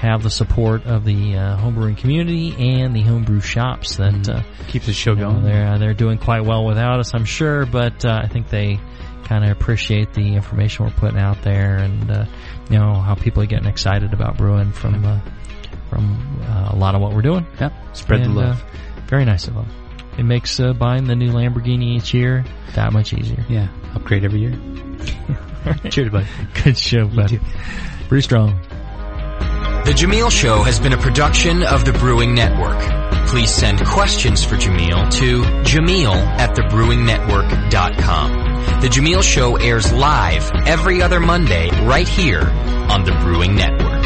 Speaker 3: have the support of the uh, homebrewing community and the homebrew shops that uh,
Speaker 4: Keeps the show
Speaker 3: you know,
Speaker 4: going.
Speaker 3: they're uh, they're doing quite well without us, I'm sure, but uh, I think they kind of appreciate the information we're putting out there and uh, you know how people are getting excited about brewing from uh, from uh, a lot of what we're doing.
Speaker 4: Yeah. Spread
Speaker 3: And,
Speaker 4: the love.
Speaker 3: uh, very nice of them. It makes uh, buying the new Lamborghini each year that much easier.
Speaker 4: yeah. Upgrade every year. Cheers, buddy.
Speaker 3: Good show, buddy. Brew strong.
Speaker 8: The Jameel Show has been a production of the Brewing Network. Please send questions for Jameel to Jameel at thebrewingnetwork.com. The Jameel Show airs live every other Monday right here on the Brewing Network.